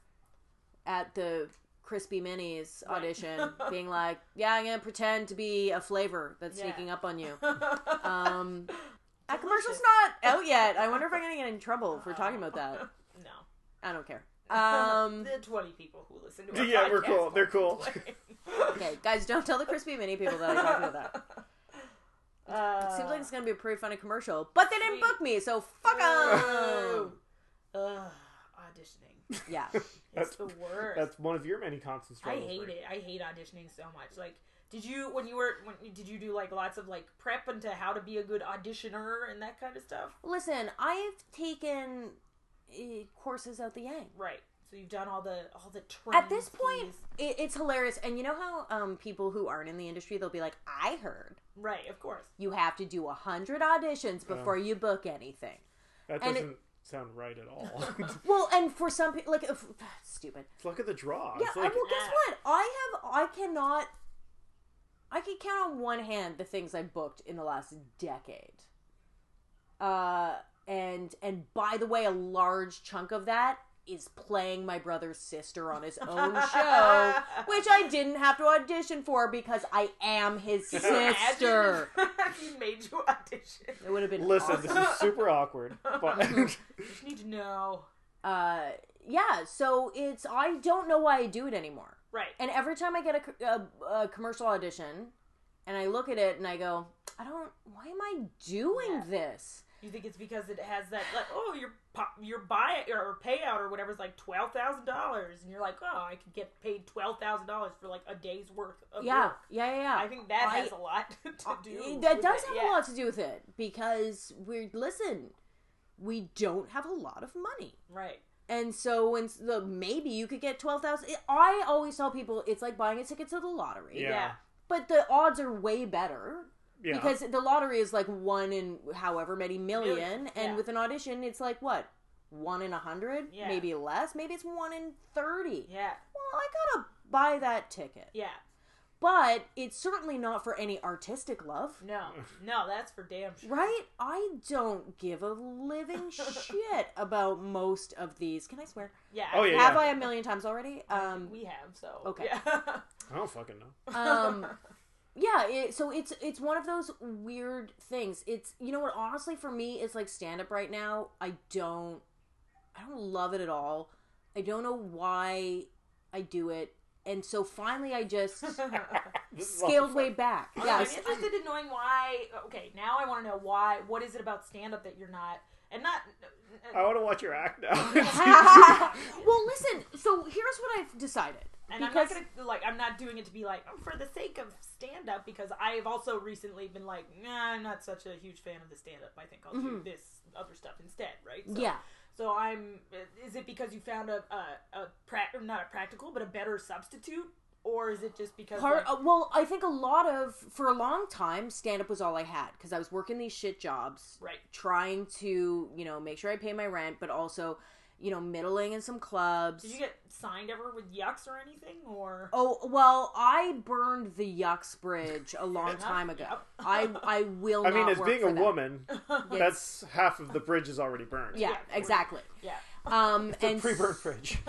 C: at the Crispy Minis
B: Right.
C: audition
B: [LAUGHS]
C: being like, "Yeah, I'm going to pretend to be a flavor that's
B: Yeah.
C: sneaking up
B: [LAUGHS]
C: on you." Um [LAUGHS] that commercial's
B: Delicious.
C: not out yet. I wonder if I'm going to get in trouble for talking about that.
B: [LAUGHS] no.
C: I don't care. [LAUGHS] Um,
B: the twenty people who listen to our
A: Yeah, we're
B: podcast
A: cool. They're cool.
B: won't complain.
C: okay, guys, don't tell the crispy mini people that I talked about
B: [LAUGHS]
C: that.
B: Uh,
C: It seems like it's gonna be a pretty funny commercial, but they didn't
B: Sweet.
C: book me, so fuck them.
B: [LAUGHS] Ugh, auditioning.
C: Yeah,
B: It's
A: That's-
B: the worst.
A: That's one of your many constant
B: I
A: struggles.
B: hate
A: Bree.
B: it. I hate auditioning so much. Like, did you when you were when did you do like lots of like prep into how to be a good auditioner and that kind of stuff?
C: listen, I've taken uh, courses out the yang.
B: Right. So you've done all the all the training.
C: At this point, it, it's hilarious, and you know how um, people who aren't in the industry they'll be like, "I heard
B: right?
A: [LAUGHS]
B: Of course.
C: you have to do a hundred auditions before you book anything."
A: That
C: And it-
A: doesn't sound right at
C: [LAUGHS]
A: all. [LAUGHS]
C: Well, and for some people, like, if, [SIGHS] stupid.
A: Look at the draw.
C: Yeah,
A: it's like,
C: I, well, guess
B: Yeah.
C: what? I have. I cannot. I can count on one hand the things I booked in the last decade. Uh, and and by the way, a large chunk of that is playing my brother's sister on his [LAUGHS] own
B: [LAUGHS]
C: show, which I didn't have to audition for because I am his
A: you imagine?
C: sister.
B: Imagine [LAUGHS] if he made you audition.
C: It would have been
A: listen,
C: awesome.
A: this is super
C: [LAUGHS]
A: awkward, but [LAUGHS]
B: You just need to know.
C: Uh, yeah. So it's I don't know why I do it anymore.
B: Right.
C: And every time I get a co- a, a commercial audition, and I look at it and I go, I don't. Why am I doing
B: Yeah.
C: this?
B: You think it's because it has that like oh your pop, your buy or payout or whatever is like twelve thousand dollars and you're like oh I could get paid twelve thousand dollars for like a day's worth of
C: Yeah,
B: work.
C: yeah, yeah. yeah.
B: I think that
C: I-
B: has a lot [LAUGHS] to do.
C: That
B: with
C: does
B: it,
C: have
B: yeah.
C: a lot to do with it because we're listen, we don't have a lot of money,
B: Right.
C: and so when s- the maybe you could get twelve thousand. I always tell people it's like buying a ticket to the lottery,
A: Yeah.
B: Yeah.
C: but the odds are way better
A: Yeah.
C: because the lottery is like one in however many million,
B: Million,
C: and
B: yeah.
C: with an audition, it's like what one in a hundred,
B: Yeah.
C: maybe less, maybe it's one in thirty.
B: Yeah.
C: Well, I gotta buy that ticket,
B: Yeah.
C: but it's certainly not for any artistic love.
B: No.
A: [LAUGHS]
B: No, that's for damn sure.
C: Right? I don't give
B: [LAUGHS]
C: a living shit about most of these. Can I swear?
B: Yeah.
A: Oh, yeah.
C: Have I a million times already? Um,
B: we have so
C: okay.
B: Yeah.
A: I don't fucking know.
C: um,
B: [LAUGHS]
C: yeah. It, so it's it's one of those weird things. It's you know what? Honestly, for me, it's like stand up right now. I don't, I don't love it at all. I don't know why I do it, and so finally, I
B: [LAUGHS]
C: just [LAUGHS]
A: This is all
C: scaled
A: fuck-
C: way back.
B: Although
C: Yes,
B: I'm interested in knowing why. Okay, now I want to know why. What is it about stand up that you're not and not?
A: I want to watch your act
C: [LAUGHS]
A: now.
C: well, listen. So here's what I've decided.
B: And I'm not gonna like. I'm not doing it to be like oh, for the sake of stand up because I've also recently been like, nah, I'm not such a huge fan of the stand up. I think I'll do this other stuff instead, right? So,
C: Mm-hmm. yeah.
B: So I'm. Is it because you found a a, a pra- or not a practical but a better substitute, or is it just because
C: Part,
B: like,
C: uh, well, I think a lot of for a long time, stand up was all I had because I was working these shit jobs,
B: right?
C: trying to you know make sure I pay my rent, but also you know middling in some clubs.
B: Did you get signed ever with Yucks or anything, or
C: oh well, I burned the Yucks Bridge a long time ago.
B: Yep.
C: I I will.
A: I mean,
C: not
A: as
C: work
A: being
C: for
A: a
C: them. [LAUGHS]
A: woman, that's half of the bridge is already burned.
C: yeah,
B: Yeah. [LAUGHS]
C: exactly.
B: yeah,
C: Um,
A: The
C: and
A: pre-burned
C: [LAUGHS]
A: bridge.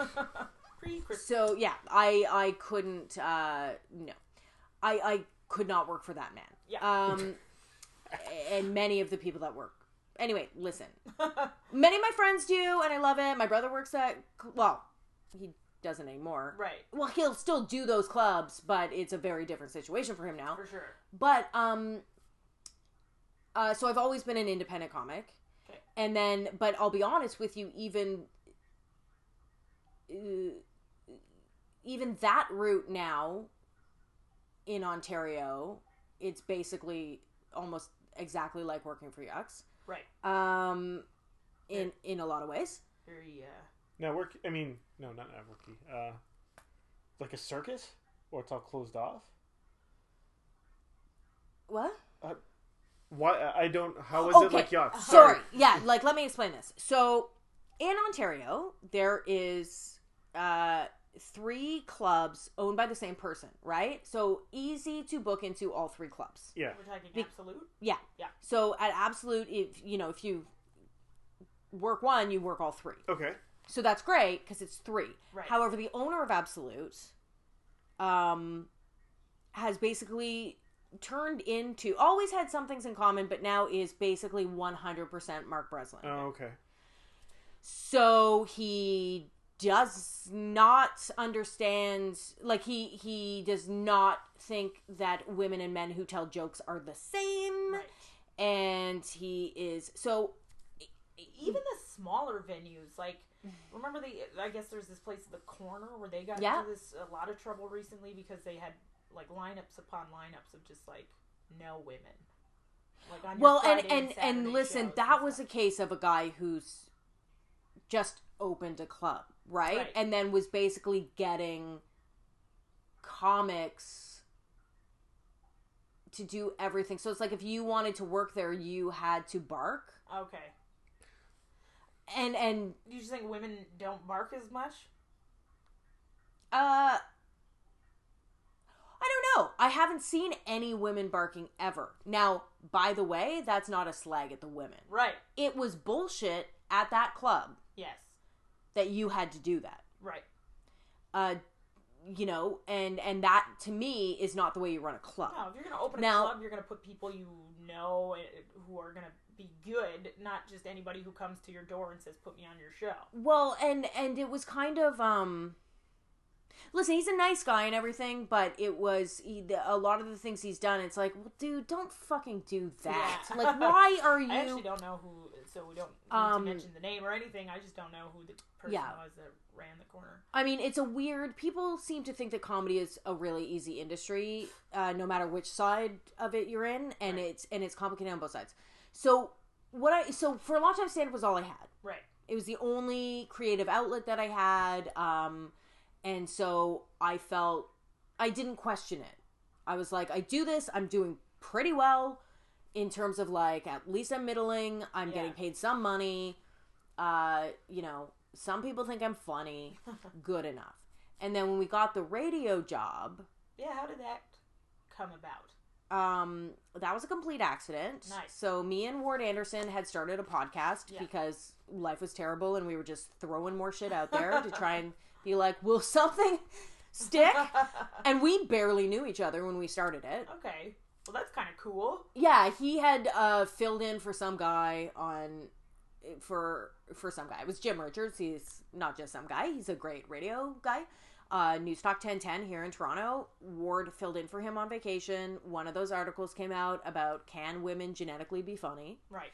B: pre Christmas?
C: so yeah, I I couldn't. Uh, no, I I could not work for that man.
B: Yeah.
C: Um, and many of the people that work. Anyway, listen. Many of my friends do, and I love it. My brother works at well, he doesn't anymore.
B: [LAUGHS] Right,
C: Well, he'll still do those clubs, but it's a very different situation for him now.
B: for sure.
C: But um, uh, so I've always been an independent comic,
B: Okay.
C: and then, but I'll be honest with you, even uh, even that route now in Ontario, it's basically almost exactly like working for Yucks.
B: Right.
C: Um, in in a lot of ways,
B: Very, uh,
A: Now work. I mean, no, not networky. Uh, like a circus, or it's all closed off.
C: what?
A: Why? I- I don't. How is it
C: Okay,
A: like yuck?
C: Sorry. Yeah, like let me explain this. So in Ontario, there is uh three clubs owned by the same person, right? So easy to book into all three clubs.
A: Yeah.
B: we're talking absolute.
C: Yeah.
B: Yeah.
C: So at Absolute if you know, if you work one, you work all three.
A: Okay.
C: So that's great cuz it's three.
B: Right.
C: However, the owner of Absolute um has basically turned into always had some things in common but now is basically 100% Mark Breslin.
A: Oh, okay.
C: so he does not understand like he he does not think that women and men who tell jokes are the same
B: Right.
C: and he is so
B: Even the smaller venues, like remember the I guess there's this place at the corner where they got
C: Yeah.
B: into this a lot of trouble recently because they had like lineups upon lineups of just like no women. Like on your
C: well and
B: Friday
C: and
B: Saturday
C: and listen
B: shows
C: that
B: and
C: was a
B: stuff.
C: case of a guy who's just opened a club right,
B: Right.
C: and then was basically getting comics to do everything so it's like if you wanted to work there you had to bark
B: okay.
C: and and
B: Do you just think women don't bark as much?
C: uh I don't know. I haven't seen any women barking ever. Now, by the way, that's not a slag at the women.
B: Right.
C: It was bullshit at that club
B: Yes.
C: that you had to do that.
B: Right.
C: Uh you know, and and that to me is not the way you run a club.
B: No, if you're gonna open a
C: Now-
B: club, you're gonna put people you know and- who are gonna be good, not just anybody who comes to your door and says, "Put me on your show."
C: Well, and and it was kind of um Listen, he's a nice guy and everything, but it was he, the, a lot of the things he's done. It's like, well, dude, don't fucking do that.
B: Yeah. [LAUGHS]
C: Like, why are you?
B: I actually don't know who, so we don't need
C: Um,
B: to mention the name or anything. I just don't know who the person
C: Yeah.
B: was that ran the corner.
C: I mean, it's a weird. People seem to think that comedy is a really easy industry, uh, no matter which side of it you're in, and
B: Right.
C: it's and it's complicated on both sides. So what I so for a long time, stand up was all I had.
B: Right.
C: It was the only creative outlet that I had, um, and so I felt I didn't question it. I was like, I do this. I'm doing pretty well in terms of like at least I'm middling. I'm
B: Yeah.
C: getting paid some money. Uh, you know, some people think I'm funny. Good enough. And then when we got the radio job,
B: Yeah, how did that come about?
C: um, that was a complete accident.
B: Nice.
C: So me and Ward Anderson had started a podcast
B: Yeah.
C: because life was terrible and we were just throwing more shit out there to try and be like, will something [LAUGHS] stick? and we barely knew each other when we started it.
B: [LAUGHS] okay. Well, that's kind of cool.
C: Yeah, he had uh, filled in for some guy on for for some guy. It was Jim Richards. He's not just some guy. He's a great radio guy. Uh, News Talk 1010 here in Toronto. Ward filled in for him on vacation. One of those articles came out about can women genetically be funny?
B: Right.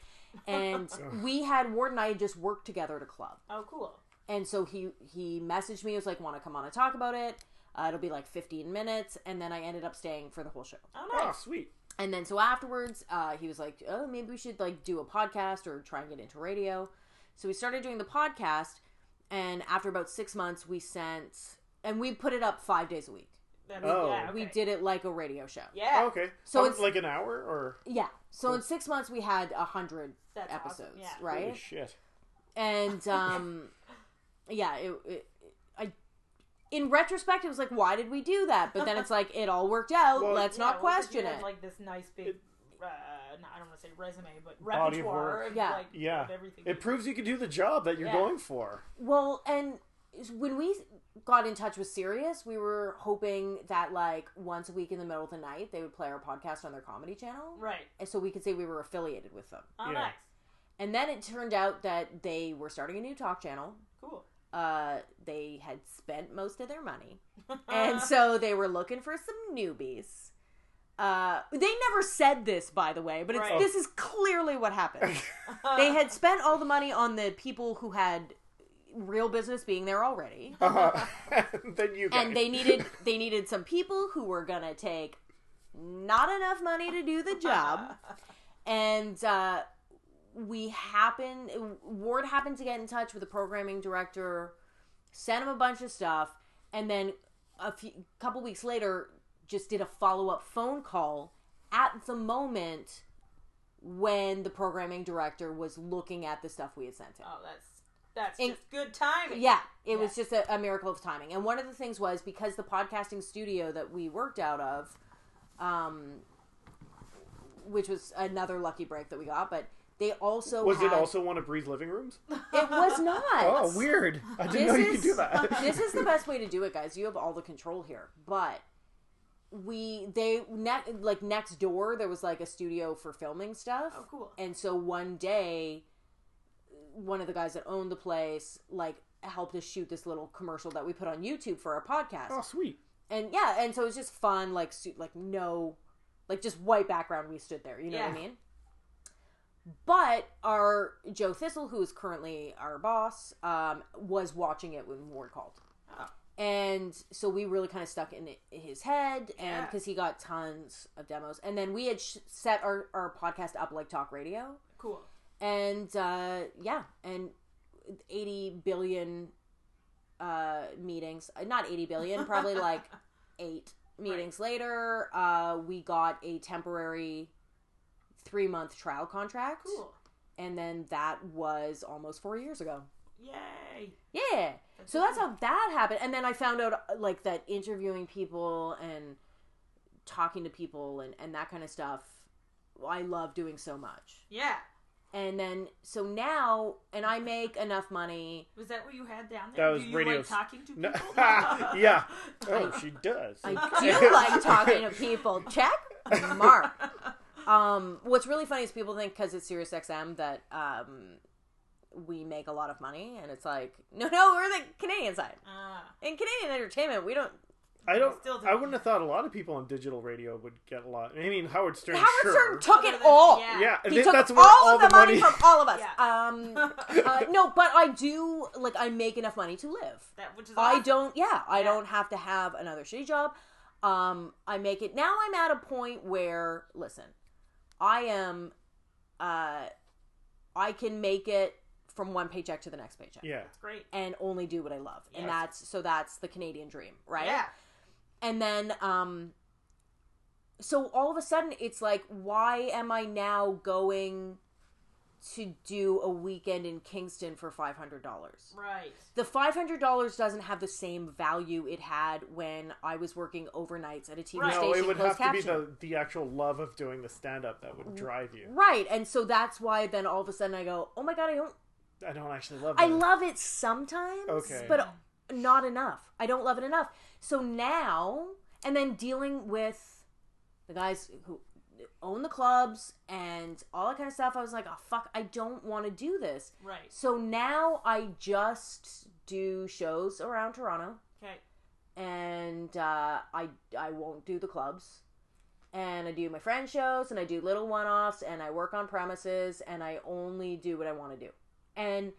C: And we had Ward and I had just worked together at a club.
B: Oh, cool.
C: And so he he messaged me. He was like, "Want to come on and talk about it?" Uh, it'll be like 15 minutes, and then I ended up staying for the whole show.
B: Oh,
A: Oh,
B: nice.
A: sweet.
C: And then so afterwards, uh, he was like, "Oh, maybe we should like do a podcast or try and get into radio." So we started doing the podcast, and after about six months, we sent and we put it up five days a week.
B: That
A: Oh.
B: yeah,
C: We
B: okay.
C: did it like a radio show.
B: Yeah.
A: okay. So
C: So it's-
A: it's like an hour or
C: Yeah. So in six months, we had a hundred
B: That's awesome.
C: episodes,
B: Yeah.
C: right?
A: holy shit.
B: [LAUGHS]
C: and um yeah it, it i in retrospect it was like why did we do that but then it's like it all worked out
A: Well-
C: let's
B: Yeah,
C: not
B: well, 'cause
C: question
B: you
C: it
B: had, like this nice big. uh, no, I don't want to say resume, but
A: Body of
B: repertoire.
A: work.
B: of,
C: Yeah.
B: like,
A: Yeah.
B: of everything.
A: It proves you can do the job that you're
B: Yeah.
A: going for.
C: well and when we got in touch with sirius we were hoping that like once a week in the middle of the night they would play our podcast on their comedy channel
B: right.
C: and so we could say we were affiliated with them
B: Oh,
A: Yeah.
B: nice.
C: and then it turned out that they were starting a new talk channel
B: Cool.
C: uh, they had spent most of their money
B: Uh.
C: and so they were looking for some newbies. Uh, they never said this, by the way, but it's,
B: Right.
C: this is clearly what happened.
B: [LAUGHS]
C: they had spent all the money on the people who had real business being there already,
A: [LAUGHS] Uh-huh. then you guys.
C: and
A: [LAUGHS]
C: they needed they needed some people who were gonna take not enough money to do the
A: [LAUGHS]
C: job, and uh, we happened Ward happened to get in touch with the programming director, sent him a bunch of stuff, and then a few, couple weeks later just did a follow up phone call at the moment when the programming director was looking at the stuff we had sent him.
B: Oh, that's that's
C: In-
B: just good timing.
C: Yeah, it was just a, a miracle of timing. And one of the things was because the podcasting studio that we worked out of, um, which was another lucky break that we got, but they also
A: was it
C: had-
A: also one of Bree's living rooms?
C: [LAUGHS] It was not.
A: [LAUGHS] Oh, weird. I didn't
C: This
A: know you
C: is-
A: could do that.
C: this is [LAUGHS] the best way to do it, guys. You have all the control here, but we they ne- like next door there was like a studio for filming stuff
B: Oh, cool.
C: and so one day one of the guys that owned the place like helped us shoot this little commercial that we put on youtube for our podcast
A: [LAUGHS] oh, sweet.
C: and yeah and so it was just fun like su- like no like just white background we stood there you know what i
B: Yeah.
C: mean but our joe thistle who is currently our boss um, was watching it when ward called
B: Oh.
C: and so we really kind of stuck in i- his head and
B: Yeah.
C: because he got tons of demos and then we had sh- set our, our podcast up like talk radio
B: Cool.
C: and uh, yeah, and 80 billion uh, meetings, not 80 billion, probably like eight meetings later, uh, we got a temporary three month trial contract.
B: Cool.
C: And then that was almost four years ago.
B: Yay.
C: Yeah. So that's how that happened. And then I found out uh, like that interviewing people and talking to people and, and that kind of stuff. I love doing so much
B: Yeah.
C: and then so now and i make enough money
B: Was that what you had down there?
A: That was
B: Do you like
A: radios.
B: talking to
A: No-
B: people?
A: [LAUGHS]
B: [LAUGHS]
A: yeah. Oh, she does. [LAUGHS]
C: i do like talking to people check [LAUGHS] mark um what's really funny is people think because it's sirius xm that um we make a lot of money, and it's like, no, no, we're the Canadian side.
B: Ah.
C: In Canadian entertainment, we don't.
A: I don't.
B: Still
A: I wouldn't have thought a lot of people on digital radio would get a lot. I mean, Howard Stern.
C: Howard
A: sure.
C: Stern took
B: Other
C: it
B: than-
C: all.
B: yeah.
A: Yeah,
C: He
A: th-
C: took
A: that's where
C: all,
A: all
C: of the money, from all of us.
B: [LAUGHS] Yeah.
C: Um, uh, no, but I do like I make enough money to live.
B: [LAUGHS] that which is
C: I
B: awesome.
C: don't. Yeah, I
B: Yeah.
C: don't have to have another shitty job. Um, I make it now. I'm at a point where listen, I am, uh, I can make it from one paycheck to the next paycheck.
A: [LAUGHS] Yeah,
B: Great.
C: And only do what I love,
B: Yes.
C: and that's so that's the Canadian dream, right?
B: Yeah.
C: and then um so all of a sudden it's like why am i now going to do a weekend in kingston for $500
B: Right.
C: the $500 doesn't have the same value it had when i was working overnights at a tv
B: Right.
C: station
A: no, it would have
C: closed captioned.
A: to be the the actual love of doing the stand up that would drive you.
C: right and so that's why then all of a sudden i go oh my god i don't
A: I don't actually love.
C: I
A: that.
C: love it sometimes,
A: Okay.
C: but not enough. I don't love it enough. So now, and then dealing with the guys who own the clubs and all that kind of stuff, I was like, oh, fuck, I don't want to do this.
B: Right.
C: So now I just do shows around Toronto
B: Okay.
C: and uh, I, I won't do the clubs. And I do my friend shows and I do little one offs and I work on premises and I only do what I want to do. And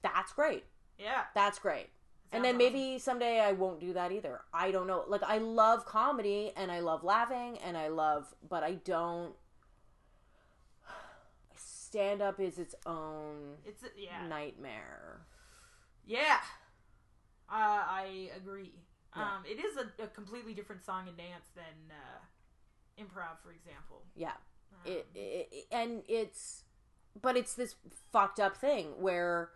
C: that's great.
B: Yeah.
C: That's great. and
B: Sounds
C: then maybe someday I won't do that either. I don't know. Like I love comedy and I love laughing and I love, but I don't. [SIGHS] Stand up is its own
B: It's yeah.
C: nightmare.
B: Yeah. Uh, I agree.
C: Yeah.
B: Um, it is a, a completely different song and dance than uh, improv, for example.
C: Yeah.
B: Um,
C: it, it, it- and it's but it's this fucked up thing where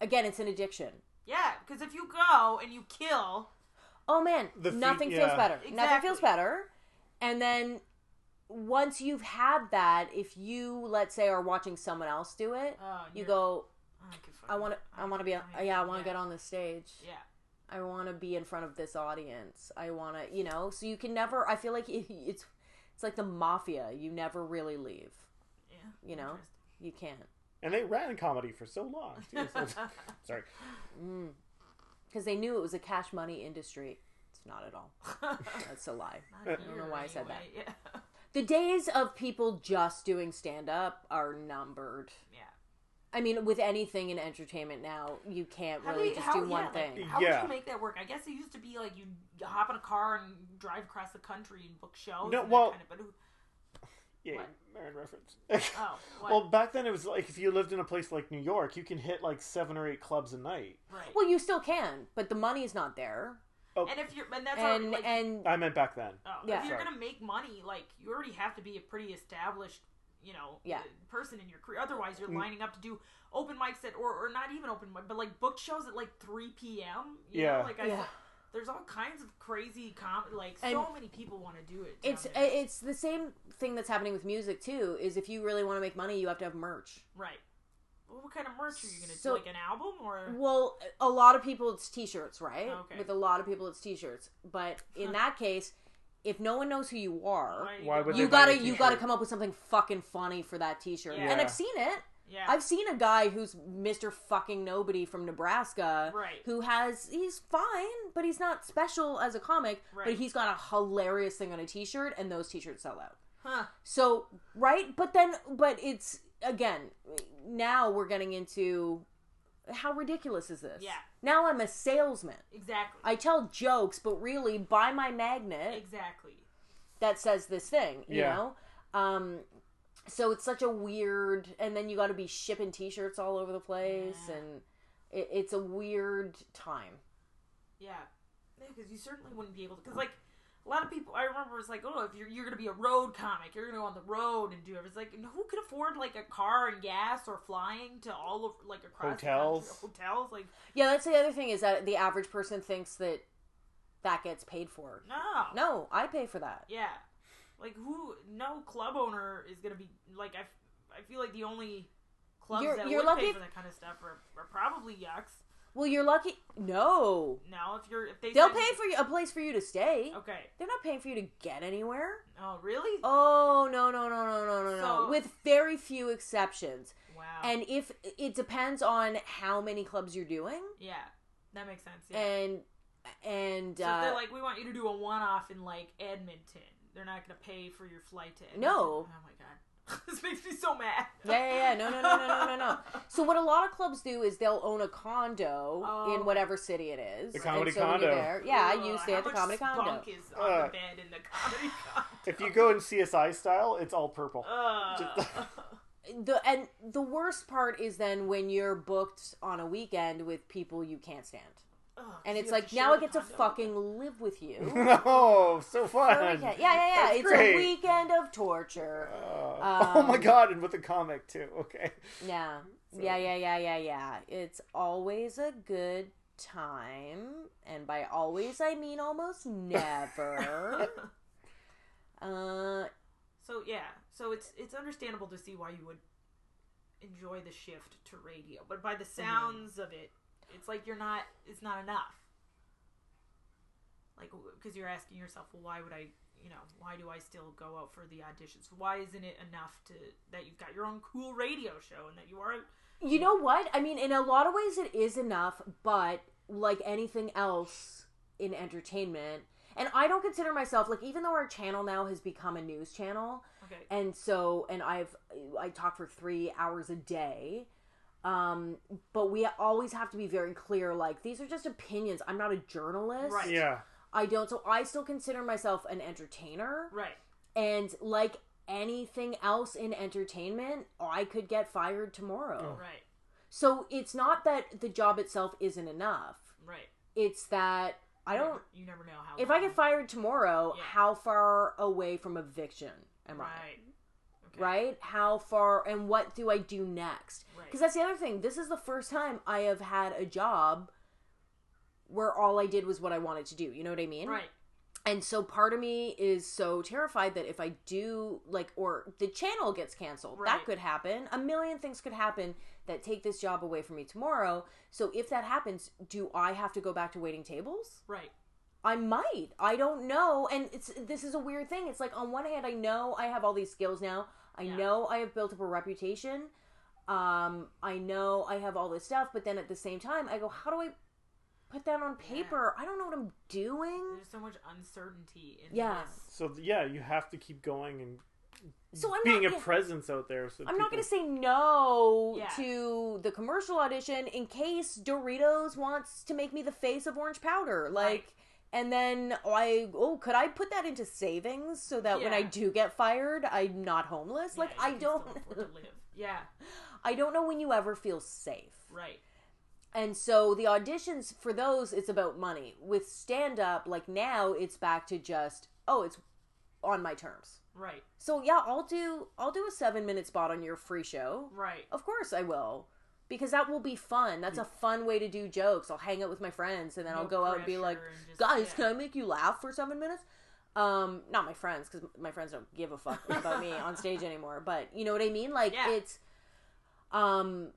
C: again it's an addiction
B: yeah, because if you go and you kill,
C: oh man
A: The fe-
C: nothing feels
A: yeah.
C: better nothing
B: Exactly.
C: feels better and then once you've had that if you let's say are watching someone else do it
B: oh, and
C: you
B: you're-
C: go
B: oh, I, can
C: i
B: fucking-
C: want to i want to be on,
B: I-
C: yeah i want to
B: yeah.
C: get on the stage
B: Yeah.
C: i want to be in front of this audience i want to you know so you can never i feel like [LAUGHS] it, it's it's like the mafia you never really leave
B: Yeah.
C: you know
B: Interesting.
C: you can't
A: and they ran comedy for so long. Too,
C: [LAUGHS]
A: so [LAUGHS]
B: [LAUGHS]
A: it's- sorry,
C: because Mm. they knew it was a cash money industry. It's not at all. That's a lie.
B: I
C: don't know why I said that.
B: Yeah.
C: The days of people just doing stand up are numbered.
B: [LAUGHS] yeah.
C: I mean, with anything in entertainment now, you can't
B: How
C: really
B: do you,
C: just
B: how,
C: do one
B: yeah,
C: thing.
B: Like, how
A: Yeah.
B: would you make that work? I guess it used to be like you hop in a car and drive across the country and book shows.
A: No,
B: and that
A: well-
B: kind of, but who,
A: yeah,
B: What?
A: Marin reference. [LAUGHS]
B: oh, what?
A: Well, back then it was like if you lived in a place like New York, you can hit like seven or eight clubs a night.
B: right.
C: Well, you still can, but the money's not there.
B: and if you're, and that's already,
C: And
B: like,
C: and
A: I meant back then.
B: Oh,
C: Yeah.
B: if you're
A: Sorry.
B: gonna make money, like you already have to be a pretty established, you know,
C: Yeah.
B: uh, person in your career. Otherwise,
A: Mm.
B: you're lining up to do open mics at, or, or not even open mic, but like book shows at like 3 p.m. you know?
A: Yeah.
B: like I
C: Yeah.
B: there's all kinds of crazy com. Like so
C: And
B: many people want to do it. down
C: it's
B: there.
C: it's the same thing that's happening with music too. Is if you really want to make money, you have to have merch.
B: right. Well, what kind of merch are you gonna
C: So-
B: do? Like an album or
C: Well, a lot of people it's t-shirts, right?
B: Okay.
C: With a lot of people it's t-shirts. But in that case, if no one knows who you
B: Why are
C: are,
A: Why
B: gonna-
A: would
C: you
A: they buy
C: gotta
A: a
C: you
A: t-shirt.
C: gotta come up with something fucking funny for that t-shirt
B: Yeah.
C: and
A: Yeah.
C: i've seen it
B: Yeah,
C: i've seen a guy who's mr fucking nobody from nebraska
B: Right.
C: who has he's fine but he's not special as a comic but
B: Right.
C: he's got a hilarious thing on a t-shirt and those t-shirts sell out
B: huh?
C: so right but then but it's again now we're getting into how ridiculous is this
B: Yeah.
C: now i'm a salesman
B: Exactly.
C: i tell jokes but really buy my magnet
B: exactly.
C: that says this thing, you
A: Yeah.
C: know? Um, so it's such a weird, and then you got to be shipping T-shirts all over the place,
B: Yeah.
C: and it, it's a weird time.
B: Yeah, because you certainly wouldn't be able to. Because like a lot of people, I remember it's like, oh, if you're you're gonna be a road comic, you're gonna go on the road and do everything. It's like and who could afford like a car and gas or flying to all of like across the country?
A: Hotels.
B: [LAUGHS] hotels like
C: Yeah, that's the other thing is that the average person thinks that that gets paid for.
B: no,
C: No, I pay for that.
B: yeah, like who? No club owner is gonna be like I. f- I feel like the only clubs
C: You're-
B: that
C: you're
B: would
C: lucky
B: pay
C: if-
B: for that kind of stuff are, are probably yucks.
C: Well, you're lucky. No,
B: No, if you're if they
C: they'll
B: said-
C: pay for you, a place for you to stay.
B: Okay.
C: They're not paying for you to get anywhere.
B: Oh, really?
C: Oh no no no no no no no!
B: So-
C: With very few exceptions,
B: Wow.
C: and if it depends on how many clubs you're doing,
B: yeah, that makes sense. Yeah.
C: and and
B: so if
C: uh,
B: they're like, we want you to do a one-off in like Edmonton. They're not gonna pay for your flight to Edmonton. Oh
C: No.
B: my god, [LAUGHS] this makes me so mad.
C: yeah yeah yeah no no no no no no no.
B: [LAUGHS]
C: So what a lot of clubs do is they'll own a condo
B: Oh.
C: in whatever city it is.
A: The
C: And
A: comedy
C: so when you're
A: condo.
C: there- yeah,
B: Ugh,
C: you stay
B: how
C: at the
B: much
C: comedy condo.
B: spunk is on
A: Uh,
B: the bed in the comedy condo.
A: If you go in CSI style, it's all purple.
B: [LAUGHS]
C: Oh.
A: [LAUGHS]
B: Ugh.
C: The and the worst part is then when you're booked on a weekend with people you can't stand,
B: Ugh,
C: and
B: so
C: it's
B: you have
C: like
B: to
C: now
B: share
C: I
B: the
C: get to
B: condo.
C: fucking live
A: [LAUGHS]
C: with you.
A: oh, so
C: For a
A: fun.
C: weekend. Yeah, yeah, yeah.
A: That's
C: it's
A: great.
C: a weekend of torture.
A: Uh, oh my
C: Um,
A: god, and with a comic too. Okay.
C: Yeah. Yeah, yeah, yeah, yeah, yeah. It's always a good time. And by always, I mean
A: [LAUGHS]
C: almost never. uh,
B: So yeah, so it's it's understandable to see why you would enjoy the shift to radio, but by the
C: Mm-hmm.
B: sounds of it, it's like you're not. It's not enough. Like because you're asking yourself, well, why would I? You know, why do I still go out for the auditions? Why isn't it enough to that you've got your own cool radio show and that you are?
C: you know what? I mean, in a lot of ways, it is enough, but like anything else in entertainment, and I don't consider myself, like, even though our channel now has become a news channel,
B: Okay,
C: and so and i've i talk for three hours a day um but we always have to be very clear like these are just opinions i'm not a journalist
B: Right.
A: Yeah.
C: i don't so i still consider myself an entertainer
B: right.
C: and like anything else in entertainment i could get fired tomorrow
B: Right,
C: so it's not that the job itself isn't enough
B: right.
C: it's that i don't
B: You never know how.
C: if i
B: long-
C: get fired tomorrow
B: Yeah.
C: how far away from eviction am i
B: right, okay.
C: right? How far and what do I do next?
B: Right.
C: Because that's the other thing. This is the first time I have had a job where all I did was what I wanted to do. You know what I mean?
B: right,
C: And so part of me is so terrified that if I do, like, or the channel gets canceled,
B: Right.
C: that could happen. A million things could happen that take this job away from me tomorrow. So if that happens, do I have to go back to waiting tables?
B: right,
C: I might. I don't know. And it's this is a weird thing. It's like on one hand, I know I have all these skills now. I
B: Yeah.
C: know I have built up a reputation. Um, I know I have all this stuff, but then at the same time, I go, how do I put that on paper? I don't know what I'm doing.
B: There's so much uncertainty in
C: Yeah.
B: this.
A: So th- yeah, you have to keep going and
C: So I'm
A: being
C: not.
A: a
C: yeah,
A: presence out there. So
C: I'm
A: people-
C: not going to say no
B: Yeah.
C: to the commercial audition in case Doritos wants to make me the face of orange powder. Like,
B: Right.
C: and then I, oh, could I put that into savings so that when I
B: Yeah.
C: do get fired, I'm not homeless? like,
B: Yeah, you
C: I
B: can
C: don't,
B: still afford to live. Yeah,
C: [LAUGHS] I don't know when you ever feel safe.
B: right.
C: And so the auditions for those, it's about money. With stand up, like now, it's back to just, oh, it's on my terms.
B: Right,
C: So yeah, I'll do, I'll do a seven minute spot on your free show.
B: right,
C: Of course I will. Because that will be fun. That's a fun way to do jokes. I'll hang out with my friends and then I'll
B: No
C: go out and be
B: pressure
C: like,
B: and just-
C: guys,
B: yeah.
C: can I make you laugh for seven minutes? Um, not my friends, because my friends don't give
B: [LAUGHS]
C: a fuck about me on stage anymore. But you know what I mean? Like
B: Yeah.
C: it's um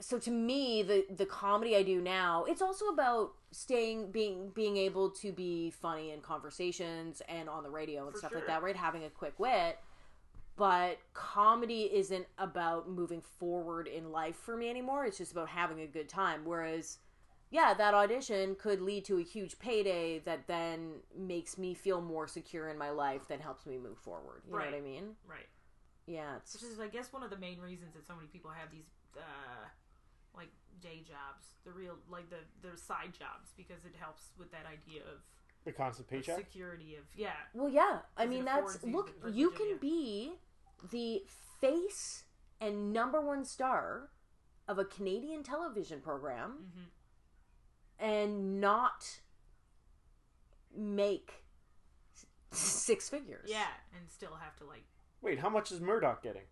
C: so to me the the comedy I do now, it's also about staying being being able to be funny in conversations and on the radio and
B: For
C: stuff
B: sure.
C: like that, right? Having a quick wit but comedy isn't about moving forward in life for me anymore. It's just about having a good time. Whereas, yeah, that audition could lead to a huge payday that then makes me feel more secure in my life that helps me move forward. You know
B: Right.
C: what I mean?
B: right.
C: Yeah. It's,
B: Which is, I guess, one of the main reasons that so many people have these, uh, like day jobs, the real, like the the side jobs, because it helps with that idea of
A: the constant
B: of
A: paycheck.
B: security of yeah,
C: well, yeah.
B: Because
C: I
B: it
C: mean, that's
B: affords you
C: look,
B: the privilege
C: you
B: of-
C: can
B: yeah.
C: be the face and number one star of a Canadian television program
B: Mhm.
C: and not make s- six figures.
B: yeah, and still have to like
A: Wait, how much is Murdoch getting?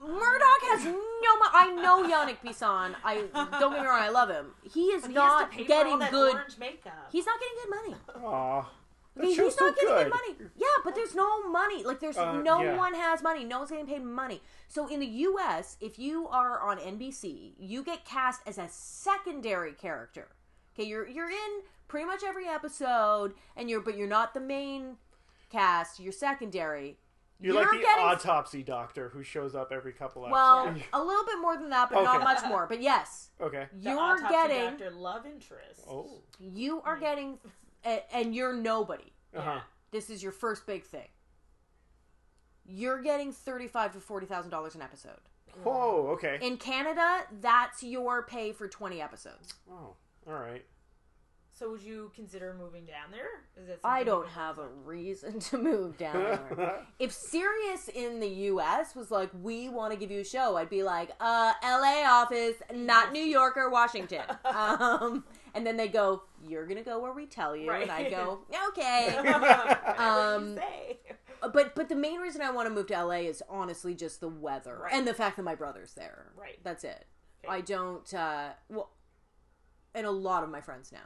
C: Murdoch has no. Mo- I know Yannick Bisson. I don't get me wrong. I love him. He is
B: but he has
C: not
B: to pay for all
C: getting
B: that
C: good.
B: orange makeup.
C: He's not getting good money.
A: Aw,
C: I
A: that
C: mean,
A: show's
C: Oh. he's not
A: so
C: getting
A: good.
C: good money. Yeah, but there's no money. Like there's
A: Uh,
C: no
A: yeah.
C: one has money. No one's getting paid money. So in the U.S., if you are on NBC, you get cast as a secondary character. Okay, you're you're in pretty much every episode, and you're but you're not the main cast. You're secondary.
A: You're,
C: You're
A: like the
C: getting-
A: autopsy doctor who shows up every couple hours.
C: Well, a little bit more than that, but not
A: Uh, Okay.
C: much more. But yes,
A: okay.
B: The
C: you're
B: autopsy
C: getting
B: doctor love interest.
A: Oh.
C: you are getting, a- and you're nobody.
A: Uh huh.
C: This is your first big thing. You're getting thirty-five to forty thousand dollars an episode.
A: Whoa. Okay.
C: In Canada, that's your pay for 20 episodes.
A: Oh. All right.
B: So would you consider moving down there? Is that
C: I
B: something
C: don't
B: you-
C: have a reason to move down
A: [LAUGHS]
C: there. [LAUGHS] if Sirius in the US was like, we want to give you a show, I'd be like, uh, LA office, not New York or [LAUGHS] Washington. um, and then they go, you're going to go where we tell you. And I
B: Right.
C: go, okay.
B: [LAUGHS] Whatever
C: [LAUGHS] Um,
B: you say.
C: but but the main reason I want to move to LA is honestly just the weather
B: Right.
C: and the fact that my brother's there.
B: Right.
C: That's it.
B: Okay.
C: I don't. Uh, well, and a lot of my friends now.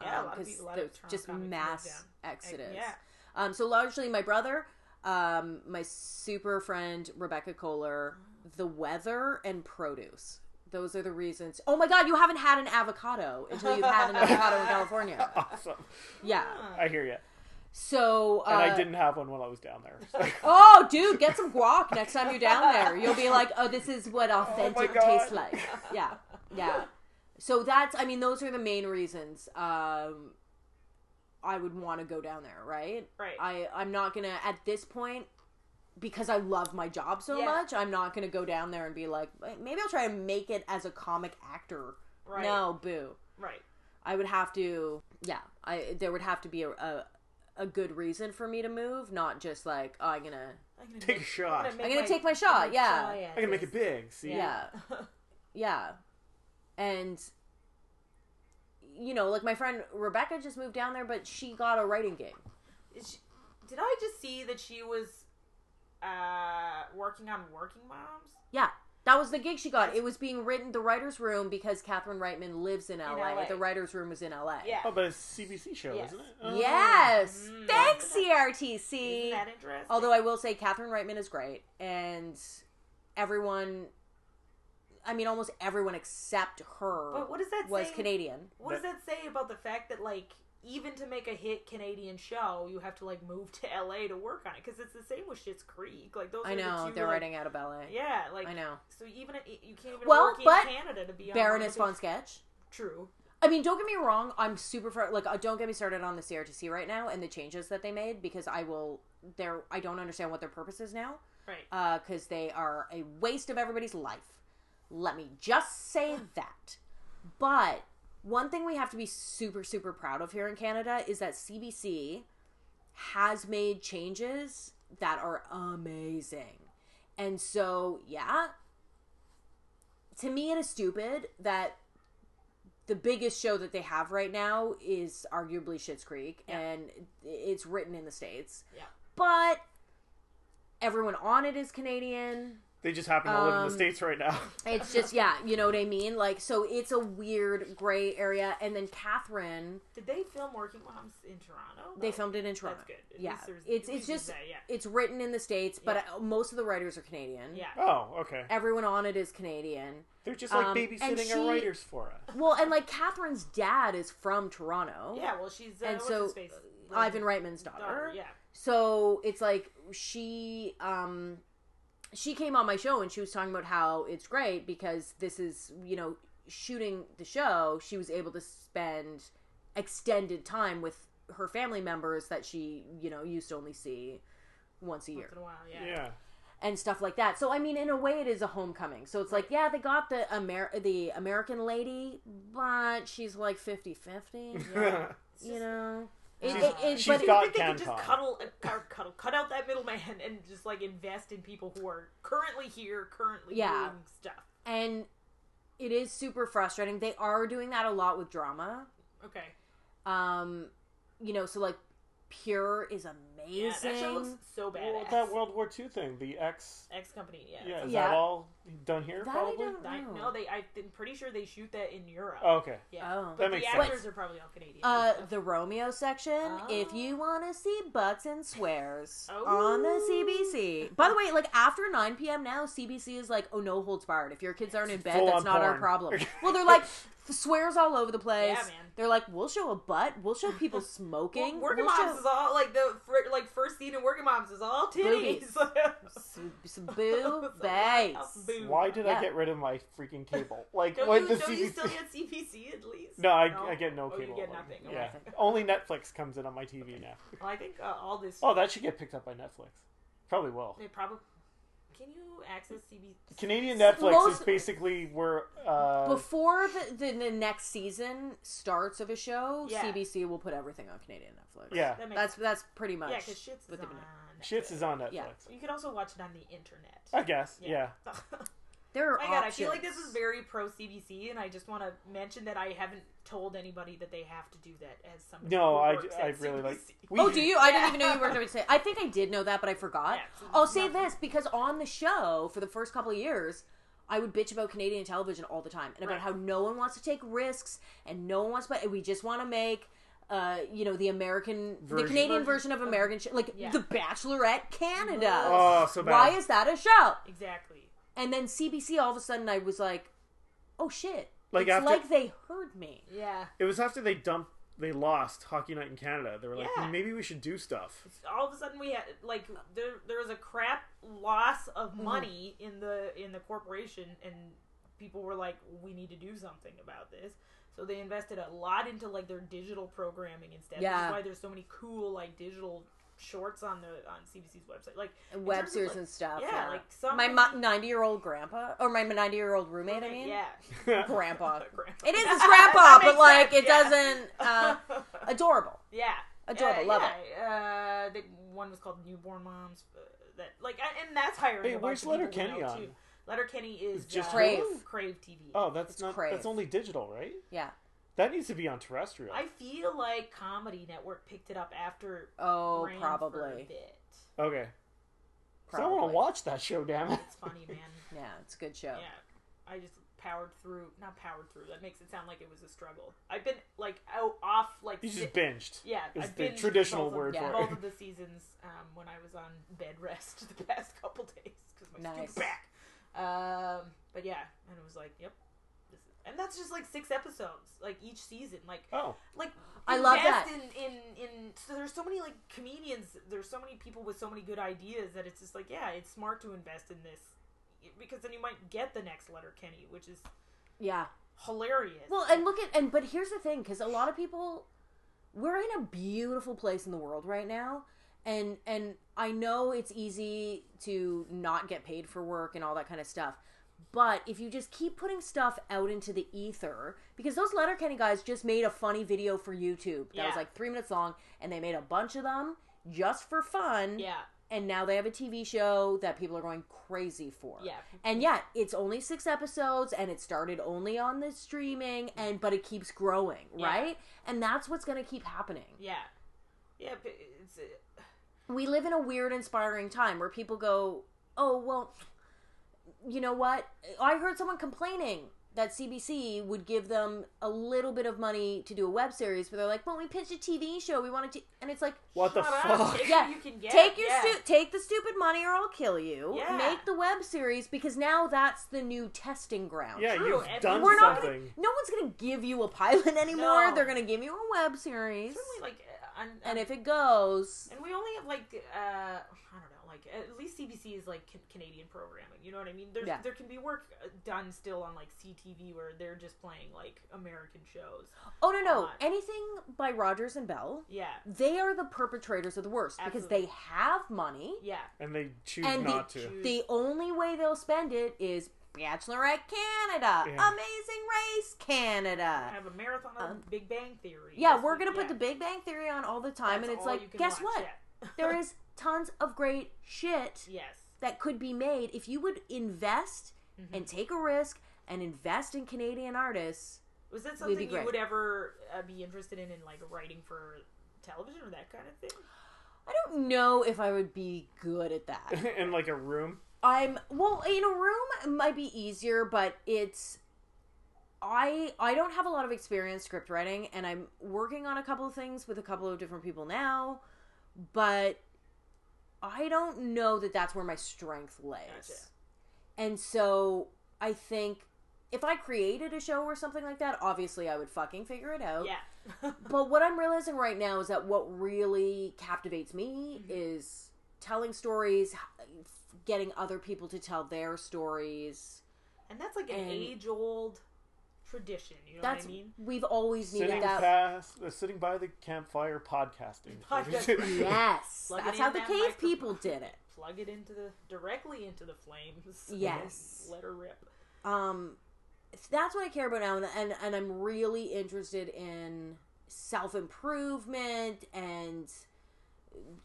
B: Yeah, a
C: um,
B: lot of
C: 'cause
B: people- a lot of
C: there's
B: Toronto
C: just
B: comics moved
C: mass
B: down.
C: exodus.
B: yeah.
C: Um. So largely my brother, um, my super friend Rebecca Kohler, the weather and produce. Those are the reasons. Oh my God, you haven't had an avocado until you've
B: [LAUGHS]
C: had an avocado in California.
A: Awesome.
C: Yeah.
A: I hear you.
C: So uh,
A: And I didn't have one while I was down
C: [LAUGHS]
A: there.
C: Oh, dude, get some guac next time you're down there. You'll be like, oh, this is what
A: my
C: authentic
A: God.
C: tastes like. Yeah, yeah. So that's, I mean, those are the main reasons um, I would want to go down there, right?
B: Right.
C: I, I'm not gonna at this point because I love my job so
B: Yeah.
C: much. I'm not gonna go down there and be like, maybe I'll try and make it as a comic actor.
B: Right.
C: No, boo.
B: Right.
C: I would have to, yeah, I there would have to be a, a a good reason for me to move, not just like oh, I'm gonna
B: I'm gonna
A: Take a shot.
B: make
C: I'm gonna take my shot,
B: I'm gonna
C: yeah.
B: try
A: [LAUGHS] I can make
B: this.
A: it big. See.
C: yeah yeah and you know like my friend rebecca just moved down there but she got a writing gig
B: [LAUGHS] Is she- did I just see that she was uh, working on Working Moms
C: yeah that was the gig she got it was being written the writer's room because katherine reitman lives in la,
B: LA.
C: the writer's room was in la
B: Yeah.
A: Oh, but it's a CBC show,
B: Yes.
A: isn't it? Oh.
C: yes
B: Mm.
C: thanks
B: Isn't
C: crtc
B: that interesting?
C: although i will say katherine reitman is great and everyone i mean almost everyone except her
B: But what does that
C: was
B: say-
C: canadian
B: What does that say about the fact that like even to make a hit Canadian show, you have to like move to LA to work on it because it's the same with Shit's Creek. Like those.
C: i
B: are the
C: know
B: two,
C: they're
B: like-
C: writing out of la
B: Yeah, like
C: i know
B: So even if, you can't even
C: Well,
B: work in
C: but
B: Canada to be on
C: baroness
B: one of
C: von
B: the
C: sketch
B: big- True.
C: I mean, don't get me wrong. I'm super for like. uh, Don't get me started on the CRTC right now and the changes that they made because I will. There, I don't understand what their purpose is now
B: Right.
C: because uh, they are a waste of everybody's life. Let me just say that. But one thing we have to be super super proud of here in Canada is that CBC has made changes that are amazing. And so, yeah, to me it is stupid that the biggest show that they have right now is arguably Schitt's Creek
B: Yeah.
C: and it's written in the states.
B: Yeah.
C: But everyone on it is Canadian.
A: They just happen to live in
C: Um,
A: the states right now. [LAUGHS]
C: It's
B: [LAUGHS]
C: just yeah, you know what I mean? Like so it's a weird gray area and then Catherine,
B: Did they film Working Moms in Toronto?
C: they
B: No.
C: filmed it in Toronto.
B: That's good. At
C: Yeah.
B: least there's-
C: It's
B: at
C: it's
B: least there's
C: just
B: that,
C: Mm-hmm.
B: yeah.
C: it's written in the states, but
B: Yeah.
C: uh most of the writers are Canadian.
B: Yeah.
A: Oh, okay.
C: Everyone on it is Canadian.
A: They're just like
C: Um, and
A: babysitting
C: she-
A: our writers for us.
C: Well, and like Catherine's dad is from Toronto.
B: Yeah. Well, she's uh,
C: And
B: what's
C: so,
B: his face?
C: Ivan Reitman's daughter.
B: daughter. Yeah.
C: So it's like she um she came on my show and she was talking about how it's great because this is, you know, shooting the show, she was able to spend extended time with her family members that she, you know, used to only see once a year
B: Once in a while. Yeah.
A: Yeah.
C: and stuff like that. So I mean, in a way, it is a homecoming. So it's like, yeah, they got the Amer- the American lady, but she's like
B: [LAUGHS]
C: 50-50,
A: [LAUGHS]
B: It's
C: you
B: just-
C: know.
B: She's-
A: she's
C: but
B: Do you
A: got
B: think they could just
A: CanCon.
B: cuddle, uh, cut- cuddle, cut out that middleman and just like invest in people who are currently here, currently
C: Yeah.
B: doing stuff?
C: and it is super frustrating. They are doing that a lot with drama.
B: Okay.
C: Um, you know, so like Pure is
B: Yeah,
C: amazing.
B: that show looks so bad.
A: Well, that World War II thing, the X.
B: X Company. Yeah.
A: Yeah, is
C: Yeah.
A: that all? done here?
C: That I
A: probably.
C: don't
B: I
C: know.
B: know they. I'm pretty sure they shoot that in Europe.
A: Oh, okay.
B: Yeah.
C: Oh.
A: That
B: But
A: makes
B: the
A: sense.
B: actors are probably all Canadian.
C: Uh, the Romeo section.
B: Oh.
C: If you want to see butts and swears
B: Oh.
C: on the CBC. By the way, like after 9 p.m. now, CBC is like, oh no holds barred. If your kids aren't in bed,
A: Full
C: that's
A: on
C: not our
A: porn. [LAUGHS]
B: [LAUGHS]
C: problem. well, they're like swears all over the place.
B: Yeah, man.
C: They're like, we'll show a butt. We'll
B: [LAUGHS]
C: show people
B: Well,
C: smoking.
B: working
C: we'll
B: moms
C: show
B: is all like the fir- like first scene in working moms is all titties. [LAUGHS]
C: Boobies. some, some boo bass.
B: Boo.
A: Why did
C: Yeah.
A: I get rid of my freaking
C: [LAUGHS]
A: cable? Like,
B: Don't,
A: when
B: you,
A: the
B: don't you
A: CBC
B: still get CPC at least?
A: No, I, I get no
B: Oh, you
A: cable.
B: get
A: like,
B: nothing. Oh,
A: Yeah.
C: nothing.
A: [LAUGHS] Only Netflix comes in on my TV now.
B: Well, I think uh, all this.
A: Oh, that should get picked up by Netflix. Probably will.
C: [LAUGHS]
B: They probably. Can you access CBC?
A: Canadian Netflix is
C: Most-
A: basically where uh,
C: Before the, the, the next season starts of a show,
B: Yeah.
C: CBC will put everything on Canadian Netflix.
A: yeah,
B: That makes
C: That's that's pretty much.
B: yeah, because shits is
C: what
B: on.
C: they've been-
A: shits is on Netflix.
C: Yeah.
B: You could also watch it on the internet.
A: I guess. Yeah.
B: Yeah. [LAUGHS]
C: There are
B: My God, I
C: options.
B: feel like this is very pro CBC, and I just want to mention that I haven't told anybody that they have to do that as somebody.
A: No,
B: who
A: I,
B: works
A: I
B: at
A: really
C: [LAUGHS]
A: like.
B: CBC. [LAUGHS]
A: We,
C: Oh, do you? I didn't even know you worked at say. I think I did know that, but I forgot.
B: Yeah, it's
C: I'll Oh, say
B: nothing.
C: this because on the show for the first couple of years, I would bitch about Canadian television all the time and about
B: Right.
C: how no one wants to take risks and no one wants, but we just want to make. Uh, you know the American,
A: Version.
C: the Canadian
B: Version.
C: version of American, sh- like
B: Yeah.
C: The Bachelorette Canada.
A: Oh, so bad.
C: Why is that a show?
B: Exactly.
C: And then CBC, all of a sudden, I was like, "Oh shit!"
A: Like
C: it's
A: after-
C: like they heard me.
B: Yeah.
A: It was after they dumped. They lost Hockey Night in Canada. They were like,
B: Yeah.
A: maybe we should do
C: [LAUGHS]
A: stuff. [LAUGHS]
B: all of a sudden we had like there there was a crap loss of
C: Mm-hmm.
B: money in the in the corporation and people were like we need to do something about this so they invested a lot into like their digital programming instead which
C: Yeah.
B: is why there's so many cool like digital shorts on the on cbc's website like in terms of,
C: websters
B: like-
C: and stuff.
B: yeah, like some
C: my ninety-year-old grandpa or my ninety-year-old roommate. I mean,
B: yeah [LAUGHS]
C: grandpa.
B: Grandpa.
C: It is his
B: That
C: grandpa, but
B: makes
C: like
B: sense,
C: it
B: yeah.
C: doesn't.
B: [LAUGHS]
C: Uh, adorable.
B: Yeah,
C: Adorable,
B: Uh,
C: love
B: yeah. it. Uh, the one was called Newborn Moms. Uh, that like, and- and that's hiring.
A: Hey,
B: a bunch
A: where's
B: of people we
A: Letterkenny
B: know,
A: on?
B: too. Letterkenny is
A: It's just
B: uh,
C: Crave.
B: Crave. TV.
A: Oh, that's
C: It's
A: not.
C: Crave.
A: That's only digital, right?
C: Yeah.
A: That needs to be on terrestrial.
B: I feel like Comedy Network picked it up after.
C: Oh,
B: Ran For a
C: probably.
B: bit.
A: [LAUGHS] okay. 'Cause I want
C: Probably.
A: to watch that show. Damn it.
B: It's funny, man.
C: Yeah, it's a good show.
B: yeah, I just powered through. Not powered through. That makes it sound like it was a struggle. I've been like out off like.
A: You
B: si-
A: just binged.
B: yeah,
A: is
B: I've
A: the
B: been
A: traditional
B: both of-
A: word
C: for
B: both
A: it.
B: of the seasons um, when I was on bed [LAUGHS] rest the past couple days because my
C: Nice.
B: stupid back. Um, but yeah, and it was like, yep, this is, and that's just like six episodes, like each season, like
A: Oh,
B: like
C: I love
B: invest
C: that.
B: In, in in so there's so many like comedians, there's so many people with so many good ideas that it's just like, yeah, it's smart to invest in this because then you might get the next letter Kenny, which is
C: Yeah.
B: hilarious.
C: Well, and look at and but here's the thing, because a lot of people, we're in a beautiful place in the world right now, and and I know it's easy to not get paid for work and all that kind of stuff, but if you just keep putting stuff out into the ether, because those Letterkenny guys just made a funny video for YouTube that
B: Yeah.
C: was like three minutes long, and they made a bunch of them just for fun,
B: yeah,
C: and now they have a TV show that people are going crazy for.
B: yeah,
C: And yet, it's only six episodes, and it started only on the streaming, and but it keeps growing,
B: Yeah.
C: right? And that's what's going to keep happening.
B: yeah, yeah. but It's. uh,
C: We live in a weird, inspiring time where people go, "Oh, well, you know what? I heard someone complaining that CBC would give them a little bit of money to do a web series, but they're like, "Well, we pitched a TV show, we wanted to," and it's like,
A: what the
B: Shut up,
A: fuck?
B: take what [LAUGHS]
C: Yeah.
B: you can get.
C: take your
B: yeah.
C: stu- take the stupid money, or I'll kill you.
B: Yeah.
C: Make the web series because now that's the new testing ground.
A: Yeah,
B: True,
A: you've
B: and
A: done
C: We're not
A: something.
C: gonna, no one's going to give you a pilot [LAUGHS] anymore.
B: No.
C: They're going to give you a web series.
B: Certainly, like, uh, on, on-
C: And if it goes,
B: and we only have like uh, I don't know, like at least CBC is like can- Canadian programming. You know what I mean? There's,
C: Yeah.
B: There can be work uh, done still on like CTV where they're just playing like American shows.
C: oh no, no,
B: Odd.
C: anything by Rogers and Bell,
B: Yeah,
C: they are the perpetrators of the worst
B: Absolutely.
C: because they have money.
B: yeah,
A: And they choose
C: And the-
A: not to.
B: choose-
C: The only way they'll spend it is Bachelorette Canada,
A: Yeah.
C: Amazing Race
B: I
C: Canada.
B: have a marathon of
C: Um,
B: Big Bang Theory.
C: Yeah,
B: That's
C: we're
B: the-
C: gonna put
B: yeah.
C: the Big Bang Theory on all the time,
B: That's
C: and it's
B: all
C: like,
B: you can
C: guess
B: watch,
C: what?
B: yeah.
C: there is tons of great shit
B: yes.
C: that could be made if you would invest and take a risk and invest in Canadian artists.
B: Was that
C: Would be
B: something you
C: great.
B: would ever uh, be interested in in like writing for television or that kind of thing?
A: [LAUGHS]
C: I don't know if I would be good at that.
A: [LAUGHS] in like a room.
C: I'm well in a room it might be easier, but it's I I don't have a lot of experience script writing, and I'm working on a couple of things with a couple of different people now, but I don't know that that's where my strength lays.
B: Gotcha.
C: And so I think if I created a show or something like that, obviously I would fucking figure it out.
B: Yeah. [LAUGHS]
C: But what I'm realizing right now is that what really captivates me
B: Mm-hmm.
C: is telling stories, h- getting other people to tell their stories.
B: and that's like an
C: And-
B: age old tradition, you know
C: That's
B: what I mean?
C: we've always needed
A: Sitting
C: [LAUGHS] that.
A: past, uh, sitting by the campfire podcasting. [LAUGHS]
B: Podcasting.
C: Yes,
B: [LAUGHS] Plug it
C: that's how
B: in
C: the
B: that
C: cave
B: microphone.
C: people did it.
B: [LAUGHS] Plug it into the directly into the flames. [LAUGHS]
C: Yes.
B: Let her rip.
C: Um, that's what I care about now, and and, and I'm really interested in self improvement and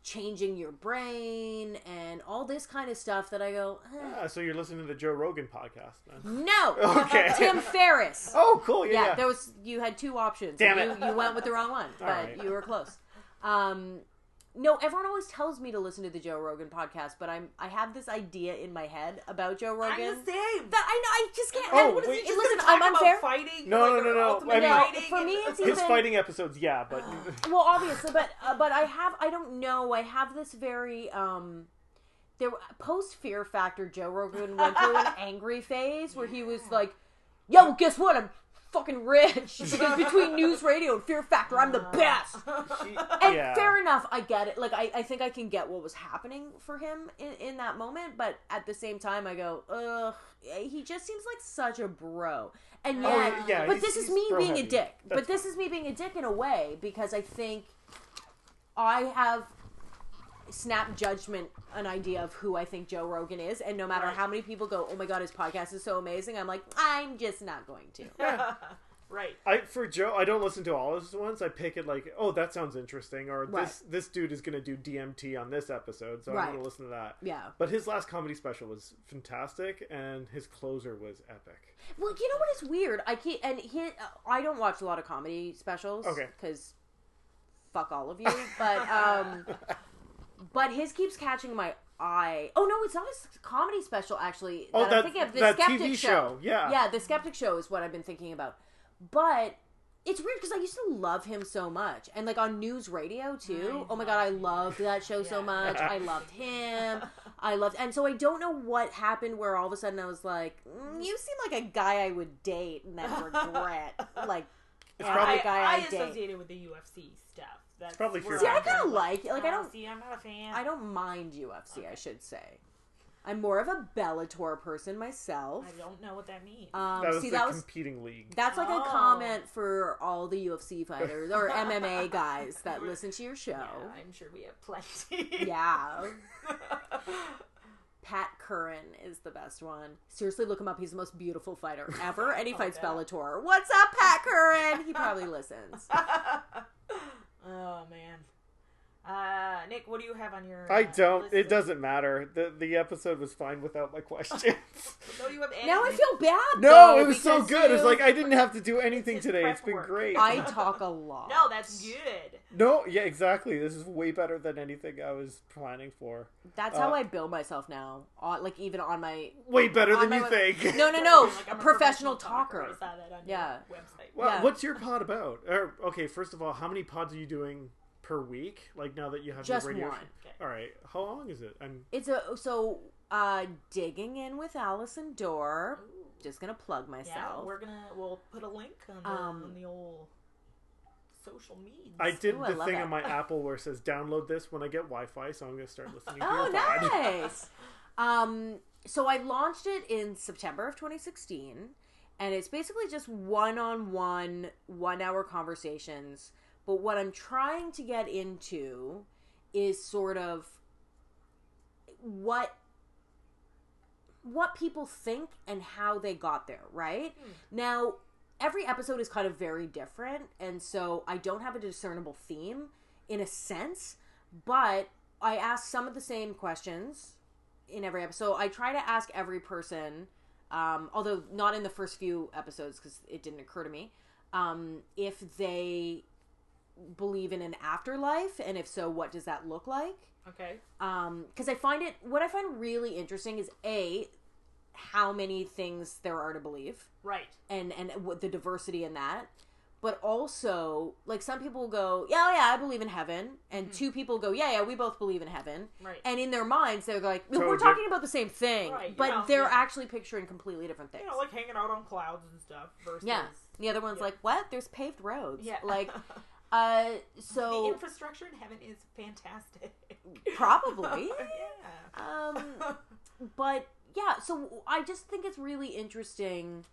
C: changing your brain and all this kind of stuff that I go.
B: [LAUGHS]
C: "Eh,
A: Ah, so you're listening to the Joe Rogan podcast
C: [LAUGHS]
A: then? [LAUGHS]
C: No,
A: Okay.
C: Tim Ferriss.
A: Oh, cool. Yeah.
C: yeah,
A: yeah.
C: there was you had two options.
A: Damn
C: and
A: it.
C: You, you went with the wrong one, but
A: right.
C: you were close. Um, no, everyone always tells me to listen to the Joe Rogan podcast, but I'm I have this idea in my head about Joe Rogan
B: I'm the same.
C: that I know I just can't.
A: Oh,
C: I, what is
A: wait.
C: it?
B: Just
C: Listen,
B: gonna
C: I'm
B: talk about
C: unfair.
B: Fighting,
A: No,
B: like,
A: no, no,
B: their
A: no.
B: ultimate
A: I mean-
B: fighting
C: For
B: and-
C: me, it's
A: His
C: even-
A: fighting episodes, yeah, but [LAUGHS]
C: Well, obviously, but uh, but I have I don't know. I have this very um there post Fear Factor Joe Rogan went through an angry phase where he was like, "Yo, guess what? I'm fucking rich [LAUGHS] because between News Radio and Fear Factor, [LAUGHS] I'm the best." [LAUGHS]
A: he-
C: And
A: yeah.
C: fair enough, I get it. Like I, I think I can get what was happening for him in, in that moment, but at the same time I go, ugh, he just seems like such a bro. And
A: Oh,
C: yet
A: yeah,
C: but
A: he's-
C: this is
A: he's
C: me being
A: bro-heavy.
C: a dick.
A: That's
C: but this is me being a dick in a way because I think I have snap judgment an idea of who I think Joe Rogan is and no matter
B: Right.
C: how many people go, "Oh my god, his podcast is so amazing." I'm like, "I'm just not going
A: [LAUGHS]
C: to."
B: right.
A: I for Joe, I don't listen to all of his ones. I pick it like, oh, that sounds interesting, or
C: Right.
A: this this dude is gonna do DMT on this episode, so I'm
C: Right.
A: gonna listen to that.
C: Yeah.
A: But his last comedy special was fantastic, and his closer was
C: [LAUGHS]
A: epic.
C: Well, you know what is weird? I can't, and he, I don't watch a lot of comedy specials.
A: Okay.
C: Because fuck all of you. But,
A: [LAUGHS]
C: um, but his keeps catching my eye. Oh, no, it's not a s- comedy special, actually.
A: Oh,
C: that
A: that-
C: I'm thinking of. The
A: that
C: Skeptic
A: TV
C: show.
A: show, yeah.
C: Yeah, The Skeptic Show is what I've been thinking about. But it's weird because I used to love him so much. And, like, on news radio, too. oh, my God, I loved that show so
B: Yeah.
A: [LAUGHS]
C: much. I loved
B: [LAUGHS]
C: him. I loved, and so I don't know what happened where all of a sudden I was like, mm, "You seem like a guy I would date and then
B: [LAUGHS]
C: regret." like,
A: It's
C: every
A: probably-
B: I,
C: guy I,
B: I
C: date.
B: associated with the UFC stuff. That's
A: probably
B: where
A: fear
C: See, I
A: factor.
C: kind of like, like I
B: Uh,
C: don't,
B: See, I'm not a fan.
C: I don't mind UFC. I should say, I'm more of a Bellator person myself.
B: I don't know what that means.
C: Um,
A: that was
C: see,
A: the
C: that was
A: competing league.
C: that's like
B: Oh.
C: a comment for all the UFC fighters
B: [LAUGHS]
C: or MMA guys that listen to your show.
B: yeah, I'm sure we have plenty.
C: yeah.
B: [LAUGHS]
C: [LAUGHS] Pat Curran is the best one. Seriously, look him up. He's the most beautiful fighter ever, and
B: [LAUGHS]
C: he
B: Oh,
C: fights
B: yeah.
C: Bellator. What's up, Pat Curran? He
B: [LAUGHS]
C: probably listens.
B: oh man. Uh, Nick, what do you have on your?
A: I
B: uh,
A: don't.
B: list
A: It
B: of-
A: doesn't matter. the The episode was fine without my
C: [LAUGHS]
A: questions. [LAUGHS]
B: No, you have any.
C: Now I feel bad.
A: no,
C: though,
A: it was so
C: because
A: good. It's
C: you-
A: like I didn't have to do anything
B: his
A: today.
B: prep
A: It's been
B: work.
A: great.
C: [LAUGHS] I
A: [LAUGHS]
C: talk a lot.
B: No, that's good.
A: No, yeah, exactly. This is way better than anything I was planning for.
C: that's how
A: uh,
C: I bill myself now. On, like even on my
A: Way better
C: on
A: than you
C: my web-
A: think.
C: No, no, no.
B: Like, I'm
C: a professional talker.
B: I saw that on
C: Yeah.
B: your website.
A: Well,
C: Yeah.
A: what's your pod about? Or, okay, first of all, how many pods are you doing per week? Like now that you have
C: Just
A: your radio.
C: one.
B: Okay.
A: All right, how long is it? And
C: It's a so uh digging in with Allison Dorr.
B: Ooh.
C: Just gonna plug myself.
B: Yeah, we're gonna we'll put a link on the,
C: Um,
B: on the old social media.
A: I did
C: Ooh, I
A: the
C: love
A: thing
C: it. [LAUGHS]
A: on my Apple where it says download this when I get Wi-Fi, so I'm gonna start listening. to
C: Oh,
A: your pod.
C: nice. um, so I launched it in September of 2016, and it's basically just one-on-one, one-hour conversations. But what I'm trying to get into is sort of what what people think and how they got there, right? Now, every episode is kind of very different, and so I don't have a discernible theme in a sense, but I ask some of the same questions in every episode. I try to ask every person, um, although not in the first few episodes because it didn't occur to me, um, if they believe in an afterlife, and if so, what does that look like?
B: Okay.
C: um because i find it what i find really interesting is a how many things there are to believe
B: Right.
C: and and what the diversity in that but also like some people will go yeah oh, yeah i believe in heaven and two people go yeah yeah we both believe in heaven
B: Right.
C: and in their minds they're like "No,
A: Totally
C: we're talking
A: diff-
C: about the same thing
B: Right,
C: but
B: yeah,
C: they're
B: yeah.
C: actually picturing completely different things
B: you know, like hanging out on clouds and stuff. Versus
C: yeah the other one's
B: yeah.
C: like what there's paved roads
B: Yeah.
C: [LAUGHS]
B: [LAUGHS]
C: like uh
B: the
C: so
B: infrastructure in heaven is fantastic.
C: probably
B: [LAUGHS] [LAUGHS] yeah.
C: um
B: [LAUGHS]
C: but yeah, so I just think it's really interesting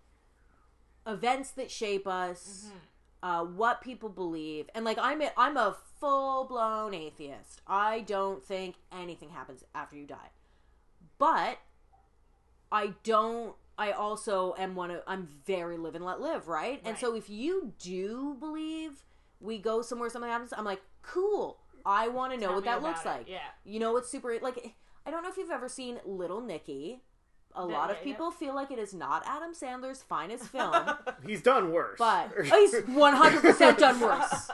C: events that shape
B: Mm-hmm.
C: us, uh, what people believe, and like I'm a, I'm a full blown atheist. I don't think anything happens after you die, but I don't. I also am one of I'm very live and let live, right? And
B: Right.
C: so if you do believe we go somewhere, something happens, I'm like, cool. I want to know
B: Tell
C: what
B: me
C: that
B: about
C: looks
B: it.
C: like.
B: Yeah.
C: You know what's super like I don't know if you've ever seen Little Nicky. A
B: Yeah,
C: lot
B: yeah,
C: of people feel like it is not Adam Sandler's
B: [LAUGHS]
C: finest film,
A: He's done worse. [LAUGHS]
C: but oh, he's one hundred percent done worse.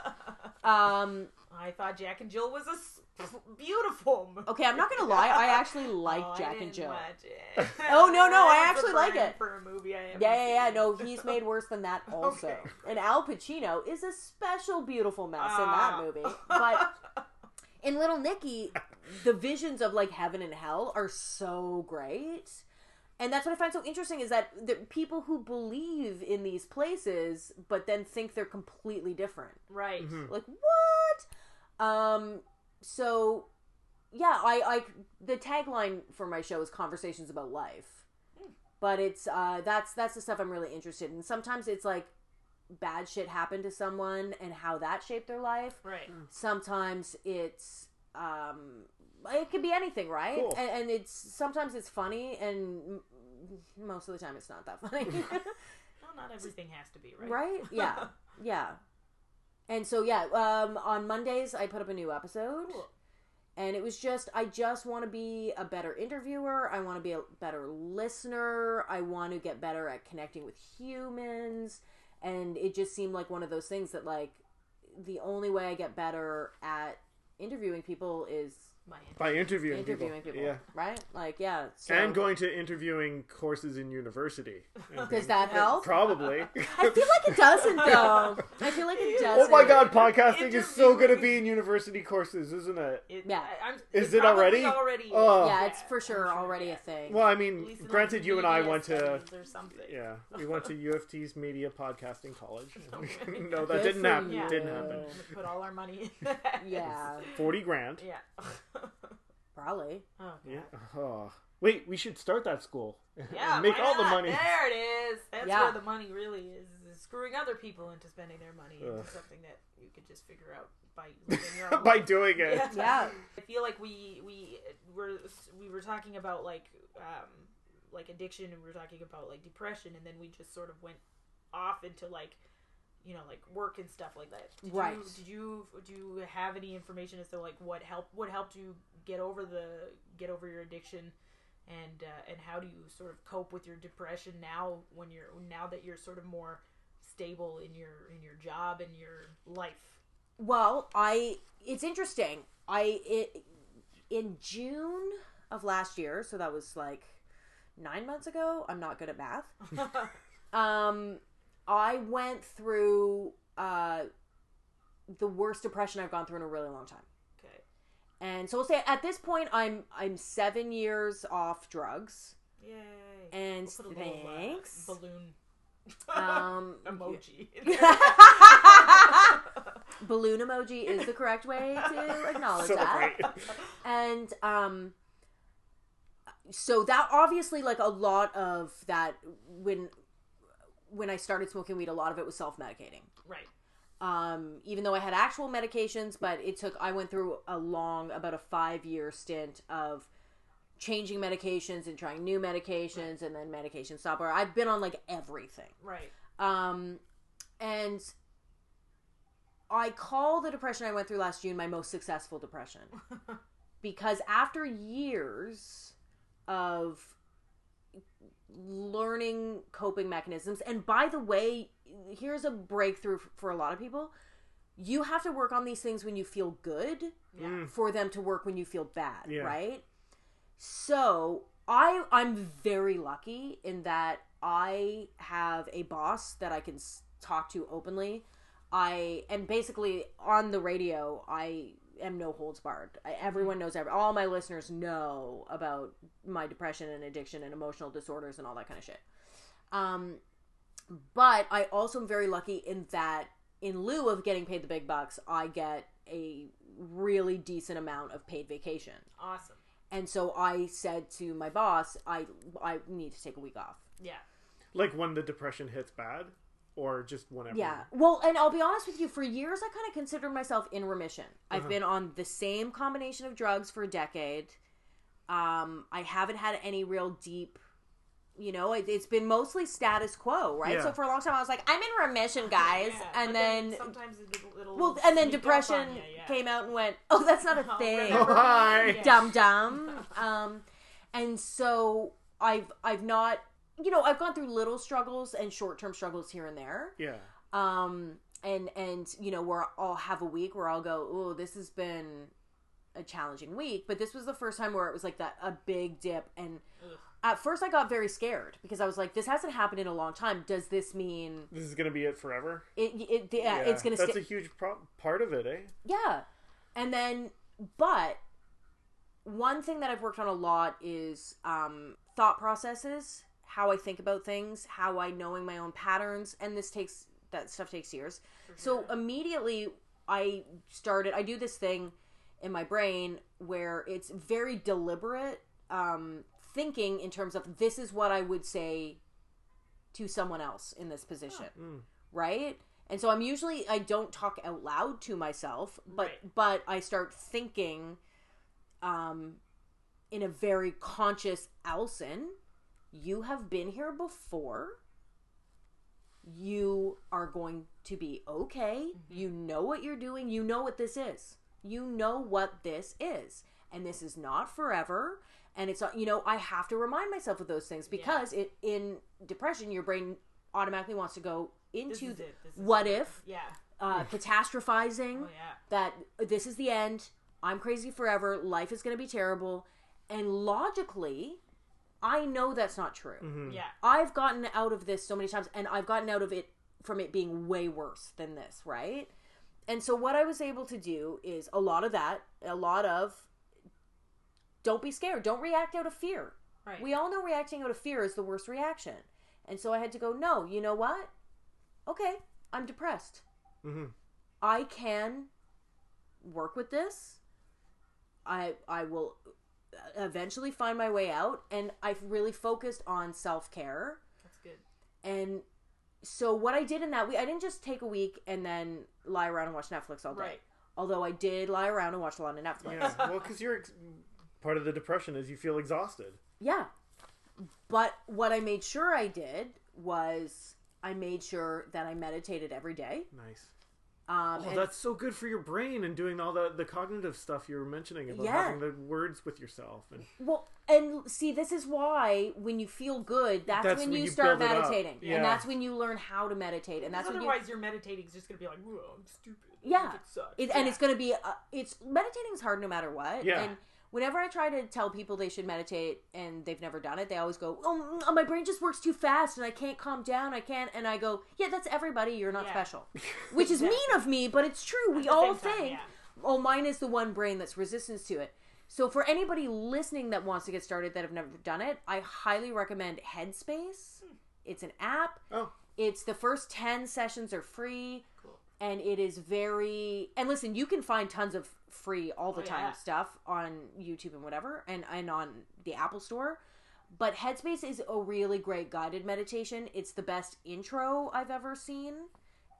C: Um,
B: [LAUGHS] I thought Jack and Jill was a s- beautiful movie.
C: okay, I'm not
B: [LAUGHS]
C: gonna lie, I actually like
B: Oh, I
C: Jack and
B: didn't
C: Jill.
B: watch it.
C: [LAUGHS] Oh, no, no, I
B: [LAUGHS] It's a
C: actually like
B: burn
C: it.
B: For a movie I haven't
C: Yeah, yeah, yeah.
B: seen. [LAUGHS]
C: No, he's made worse than that also.
B: Okay.
C: And Al Pacino is a special beautiful mess in that
B: Ah. [LAUGHS]
C: movie. But in Little Nicky, the visions of like heaven and hell are so great. And that's what I find so interesting is that the people who believe in these places but then think they're completely different.
B: right.
A: Mhm.
C: Like what? Um so yeah, I I the tagline for my show is conversations about life. But it's uh that's that's the stuff I'm really interested in. Sometimes it's like bad shit happened to someone and how that shaped their life
B: Right.
C: sometimes it's um it could be anything right
A: Cool.
C: and, and it's sometimes it's funny and m- most of the time it's not that funny
B: Well, not everything has to be right. [LAUGHS]
C: [LAUGHS] right yeah yeah and so yeah um on mondays i put up a new episode
B: Cool.
C: and it was just i just want to be a better interviewer i want to be a better listener i want to get better at connecting with humans and it just seemed like one of those things that like the only way i get better at interviewing people is
B: My
A: by interviewing,
C: interviewing people,
A: people. Yeah.
C: right like yeah so
A: And going to interviewing courses in university. And
C: [LAUGHS] does
A: things.
C: that help
A: Probably.
C: [LAUGHS] i feel like it doesn't though i feel like it
A: [LAUGHS] oh
C: doesn't
A: my god, podcasting is so
B: Interviewing.
A: good at being university courses, isn't it?
B: It,
C: Yeah.
B: I, am
A: Is it already?
B: Already.
A: Oh.
C: yeah it's
B: Yeah,
C: for sure
B: I'm sure,
C: already
B: yeah.
C: a thing
A: Well, I
B: At
A: mean,
B: least in,
A: granted,
B: like,
A: you and I
B: media
A: went to
B: studies Or something.
A: yeah, we went to UFT's Media Podcasting
B: [LAUGHS]
A: College. [LAUGHS]
B: Okay.
A: no, that
C: Good
A: didn't
C: for
A: happen.
B: you.
A: Didn't happen.
B: We put all our money in [LAUGHS] that.
C: [LAUGHS] yeah
A: Forty grand.
B: [LAUGHS] Yeah. [LAUGHS] oh,
C: probably
B: God.
A: Yeah. Oh. Wait, we should start that school. [LAUGHS]
B: Yeah,
A: and make
B: why
A: all the
B: not?
A: money.
B: There it is. That's
C: Yeah.
B: where the money really is, is screwing other people into spending their money
A: Ugh.
B: into something that you could just figure out by living your
A: [LAUGHS]
B: own
A: by
B: life.
A: doing it.
C: Yeah.
B: I feel like we we were we were talking about like um like addiction and we were talking about like depression and then we just sort of went off into like you know like work and stuff like that. Did
C: Right.
B: You, did you do you have any information as to like what help what helped you get over the get over your addiction? And, uh, and how do you sort of cope with your depression now when you're now that you're sort of more stable in your in your job and your life? [LAUGHS]
C: Well, I it's interesting. I it, in June of last year, so that was like 9 months ago. I'm not good at math. Um I went through uh the worst depression I've gone through in a really long time.
B: okay.
C: And so we'll say at this point I'm I'm 7 years off drugs.
B: Yay.
C: And
B: Put a little, uh,
C: thanks.
B: balloon
C: [LAUGHS] Um
B: [LAUGHS] emoji.
C: [LAUGHS] balloon emoji is the correct way to acknowledge that.
A: Celebrate.
C: and um so that obviously like a lot of that when when i started smoking weed a lot of it was self-medicating
B: right.
C: um even though i had actual medications but it took i went through a long about a five year stint of changing medications and trying new medications and then medication stop or i've been on like everything
B: Right.
C: um and i call the depression i went through last june my most successful depression because after years of learning coping mechanisms and by the way here's a breakthrough f- for a lot of people you have to work on these things when you feel good
B: Yeah.
A: Mm.
C: for them to work when you feel bad,
A: Yeah.
C: right? So I I'm very lucky in that I have a boss that I can s- talk to openly. I and basically on the radio I am no holds barred. I, everyone knows every, all my listeners know about my depression and addiction and emotional disorders and all that kind of shit. Um, but I also am very lucky in that in lieu of getting paid the big bucks, I get a really decent amount of paid vacation.
B: Awesome.
C: And so I said to my boss, I I need to take a week off.
B: Yeah.
A: Like when the depression hits bad, or just whenever.
C: Yeah. Well, and I'll be honest with you, for years I kind of considered myself in remission. I've
A: Uh-huh.
C: been on the same combination of drugs for a decade. Um, I haven't had any real deep you know, it, it's been mostly status quo, right?
A: Yeah.
C: So for a long time, I was like, "I'm in remission, guys,"
B: Yeah,
C: and
B: but
C: then
B: sometimes it'll, it'll
C: Well, and then
B: sneak up on
C: depression
B: ya, yeah.
C: came out and went, "Oh, that's not a
B: [LAUGHS] Oh,
C: thing."
B: remember
A: Hi.
B: me? Yeah.
C: Dum dum. Um, and so I've I've not, you know, I've gone through little struggles and short term struggles here and there.
A: Yeah.
C: Um, and and you know, where I'll have a week where I'll go, "Oh, this has been a challenging week," but this was the first time where it was like that a big dip and.
B: Ugh.
C: At first, I got very scared because I was like, "This hasn't happened in a long time. Does this mean
A: This is gonna be it forever.
C: it? it yeah, it's going to
A: That's
C: stay."
A: a huge pro- part of it, eh?
C: Yeah. And then, but one thing that I've worked on a lot is um, thought processes, how I think about things, how I knowing my own patterns. And this takes, that stuff takes years. So uh, immediately I started, I do this thing in my brain where it's very deliberate um, thinking in terms of this is what I would say to someone else in this position
A: Mm.
C: right and so i'm usually i don't talk out loud to myself but
B: Right.
C: but i start thinking um in a very conscious alison you have been here before you are going to be okay
B: Mm-hmm.
C: you know what you're doing you know what this is you know what this is and this is not forever and it's not you know i have to remind myself of those things because it in depression your brain automatically wants to go
B: This
C: into
B: is
C: the,
B: it. This is
C: what
B: it.
C: if
B: Yeah.
C: uh, catastrophizing
B: Oh yeah.
C: that this is the end i'm crazy forever life is going to be terrible and logically i know that's not true
A: Mhm.
B: Yeah.
C: I've gotten out of this so many times, and I've gotten out of it from it being way worse than this, right? And so, what I was able to do is a lot of that, a lot of don't be scared, don't react out of fear.
B: Right.
C: We all know reacting out of fear is the worst reaction. And so, I had to go, no, you know what? Okay, I'm depressed.
A: Mhm.
C: I can work with this. I I will uh, eventually find my way out and I've really focused on self-care
B: That's good.
C: and so what I did in that week I didn't just take a week and then lie around and watch Netflix all day.
B: Right.
C: Although I did lie around and watch a lot of Netflix.
A: Yeah.
B: [LAUGHS]
A: well, because you're ex- part of the depression is you feel exhausted.
C: Yeah. But what I made sure I did was I made sure that I meditated every day.
A: Nice.
C: Um,
A: Oh,
C: and-
A: that's so good for your brain and doing all the the cognitive stuff you were mentioning about
C: Yeah.
A: having the words with yourself and
C: Well, and see, this is why when you feel good, that's,
A: That's
C: when
A: when
C: you,
A: you
C: start
A: build it up.
C: meditating,
A: Yeah.
C: and that's when you learn how to meditate, and that's when you.
B: otherwise your meditating's just gonna be like, "Whoa, I'm stupid.
C: Yeah.
B: It sucks.
C: It,
B: Yeah.
C: And it's going to be. Uh, it's meditating is hard no matter what.
A: Yeah.
C: And whenever I try to tell people they should meditate and they've never done it, they always go, "Oh, mm, my brain just works too fast, and I can't calm down. I can't." And I go, "Yeah, that's everybody. You're not
B: Yeah.
C: special,"
B: [LAUGHS]
C: which is mean of me, but it's true. We all
B: same time,
C: think,
B: yeah.
C: "Oh, mine is the one brain that's resistance to it." So for anybody listening that wants to get started that have never done it, I highly recommend Headspace.
B: Hmm.
C: It's an app.
A: oh
C: It's the first 10 sessions are free
B: Cool.
C: and it is very and listen you can find tons of free all the
B: Oh,
C: time
B: yeah.
C: stuff on youtube and whatever and and on the apple store but headspace is a really great guided meditation it's the best intro i've ever seen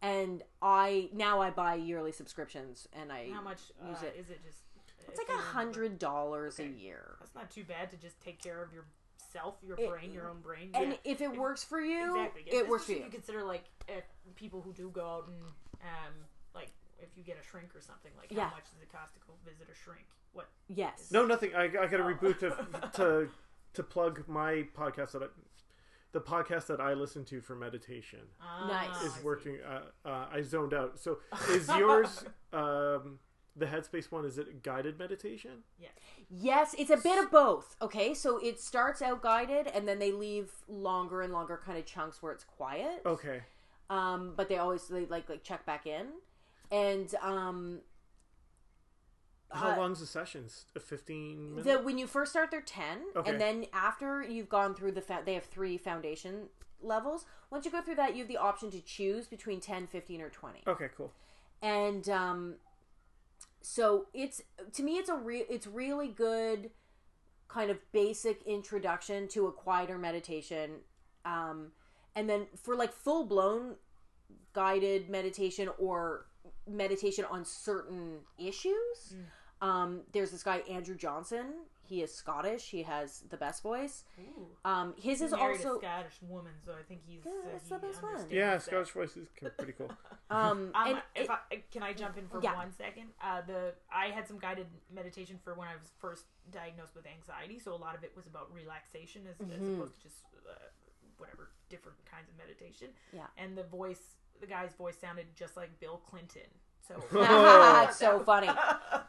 C: and i now i buy yearly subscriptions and i
B: How much uh,
C: Use it.
B: is it just
C: it's like a hundred dollars
B: Okay.
C: a year
B: That's not too bad to just take care of yourself, your
C: It-
B: brain, your own brain.
C: and
B: Yeah.
C: if it works for you
B: exactly.
C: it works for
B: Especially
C: you
B: if you consider like if people who do go out and um like if you get a shrink or something, like
C: Yeah.
B: how much does it cost to go visit a shrink? What
C: yes
A: no nothing I, I got to
B: Oh.
A: reboot to to to plug my podcast that I, the podcast that I listen to for meditation
B: Ah,
C: Nice.
B: I
A: is
B: see.
A: working. Uh, uh, I zoned out. So is yours um, the Headspace one? Is it guided meditation?
B: Yes.
C: Yes, it's a bit of both. Okay, so it starts out guided, and then they leave longer and longer kind of chunks where it's quiet.
A: Okay.
C: Um, but they always they like like check back in, and um,
A: How
C: Uh,
A: long's the sessions? Uh, Fifteen minutes.
C: the when you first start they're ten,
A: Okay.
C: and then after you've gone through the fa- they have three foundation levels. Once you go through that, you have the option to choose between 10, 15, or twenty.
A: Okay, cool.
C: and um, so it's to me it's a re- it's really good kind of basic introduction to a quieter meditation um, and then for like full blown guided meditation or meditation on certain issues
B: Mm.
C: um, there's this guy andrew johnson he is scottish he has the best voice
B: Ooh.
C: um, his
B: He's
C: is
B: married a [LAUGHS]
C: also
B: Scottish woman, so I think he's.
C: Yeah,
B: uh,
C: that's
B: he
C: the best one.
B: understands
A: Yeah,
B: that.
A: Scottish voices can pretty cool.
C: um,
B: Um,
C: and
B: if
C: it-
B: I, can I jump in for
C: Yeah.
B: one second? Uh, the I had some guided meditation for when I was first diagnosed with anxiety, so a lot of it was about relaxation as,
C: Mm-hmm.
B: as opposed to just uh, whatever different kinds of meditation.
C: Yeah.
B: and the voice, the guy's voice sounded just like Bill Clinton.
A: [LAUGHS]
B: So
C: [LAUGHS]
B: [LAUGHS]
C: That's so funny.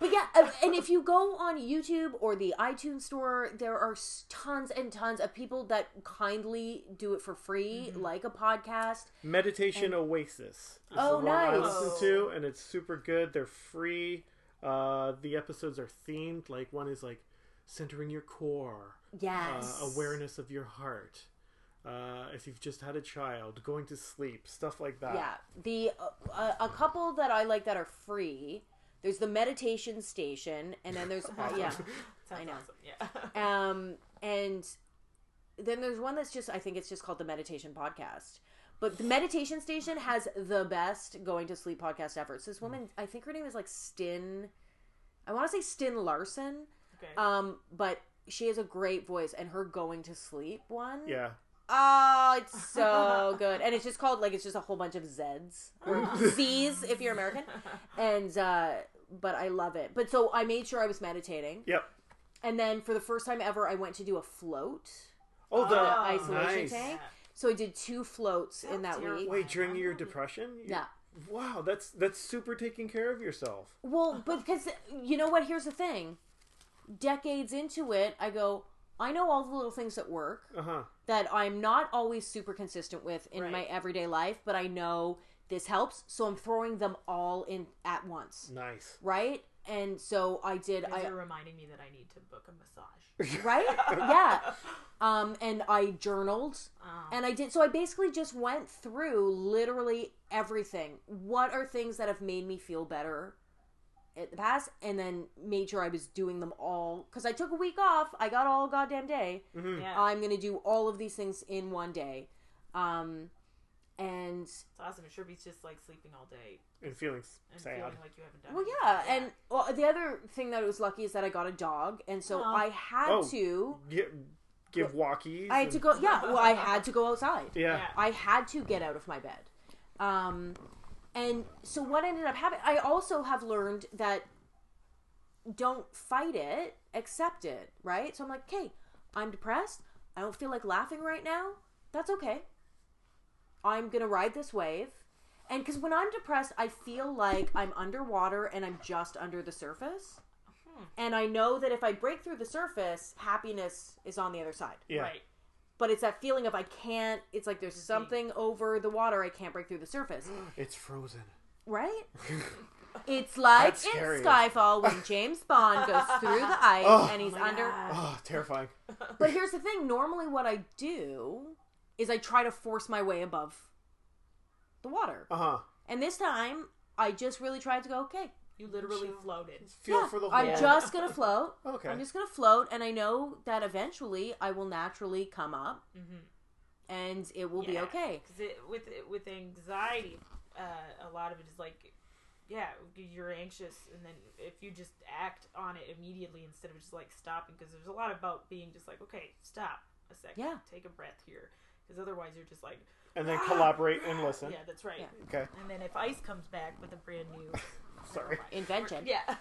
C: But yeah, uh, and if you go on YouTube or the iTunes store, there are s- tons and tons of people that kindly do it for free,
A: Mm-hmm.
C: like a podcast.
A: Meditation Oasis. Is
C: Oh,
A: the one I
C: nice.
A: listen
B: Oh.
A: to, and it's super good. They're free. Uh, the episodes are themed. Like one is like centering your core, uh,
C: Yes.
A: awareness of your heart. Uh, if you've just had a child, going to sleep, stuff like that.
C: Yeah. The uh, uh, a couple that I like that are free. There's the meditation station, and
A: [LAUGHS]
C: then there's uh, yeah,
B: sounds
C: I know.
B: awesome. Yeah. [LAUGHS]
C: um, and then there's one that's just I think it's just called the meditation podcast. But the meditation station has the best going to sleep podcast ever. It's this woman, I think her name is like Stin. I want to say Stin Larson,
B: Okay. [LAUGHS]
C: um, but she has a great voice, and her going to sleep one.
A: Yeah.
C: Oh, it's so good. And it's just called like it's just a whole bunch of Z's [LAUGHS] or Z's if you're American. And uh but I love it. But so I made sure I was meditating.
A: [LAUGHS] Yep.
C: And then for the first time ever I went to do a float,
A: Oh, the
C: the
B: Oh,
C: isolation
A: nice.
C: tank. So I did two floats in that
B: Sounds
C: week.
B: terrifying.
A: Wait, during your depression? You-
C: Oh. Yeah.
A: Wow, that's that's super taking care of yourself.
C: Well, but because you know what, here's the thing. Decades into it, I go, I know all the little things that work.
A: Uh huh.
C: that I'm not always super consistent with in
B: Right.
C: my everyday life, but I know this helps, so I'm throwing them all in at once,
A: Nice.
C: right? And so I did,
B: You guys
C: I
B: are reminding me that I need to book a
C: [LAUGHS]
B: massage.
C: right, yeah. Um, and I journaled,
B: Um,
C: and I did. So I basically just went through literally everything. What are things that have made me feel better in the past? And then made sure I was doing them all because I took a week off. I got all goddamn day.
A: Mm-hmm.
B: yeah,
C: I'm gonna do all of these things in one day. Um, and
B: it's awesome. It sure beats just like sleeping all day
A: And feeling s-
B: and
A: sad.
B: feeling like you haven't done.
C: well,
B: anything.
C: yeah, and well, the other thing that was lucky is that I got a dog, and so
B: Aw.
C: I had
A: Oh.
C: to,
A: Gi- give walkies.
C: I had to
A: and-
C: go. Yeah, well, I had to go outside.
A: Yeah.
B: Yeah.
C: I had to get out of my bed. Um, and so what ended up happening, I also have learned that don't fight it, accept it, right? So I'm like, okay, I'm depressed. I don't feel like laughing right now. That's okay. I'm going to ride this wave. And because when I'm depressed, I feel like I'm underwater and I'm just under the surface. And I know that if I break through the surface, happiness is on the other side
A: Yeah.
B: Right.
C: but it's that feeling of I can't. It's like there's something over the water. I can't break through
A: [GASPS]
C: the surface,
A: It's
C: [LAUGHS]
A: frozen.
C: right? It's like
A: That's
C: in
A: scary. [LAUGHS]
C: Skyfall when James Bond goes through the ice
A: Oh.
C: and he's
B: my
C: under.
B: God.
A: Oh, terrifying.
C: But here's the thing: normally, what I do is I try to force my way above the water,
A: Uh huh.
C: and this time I just really tried to go. Okay,
B: You literally floated.
A: Feel
C: yeah,
A: for the whole.
C: I'm
A: [LAUGHS]
C: just gonna float.
A: Okay.
C: I'm just gonna float, and I know that eventually I will naturally come up,
A: Mm-hmm.
C: and it will be okay.
B: Because it, with with anxiety, uh, a lot of it is like, yeah, you're anxious, and then if you just act on it immediately instead of just like stopping, because there's a lot about being just like, okay, stop a second,
C: Yeah.
B: take a breath here, because otherwise you're just like,
A: and then collaborate and listen.
B: yeah, that's right.
C: Ah! Yeah.
A: Okay.
B: And then if ice comes back with a brand new,
A: [LAUGHS]
B: [LAUGHS]
A: Sorry.
C: Invention.
B: yeah,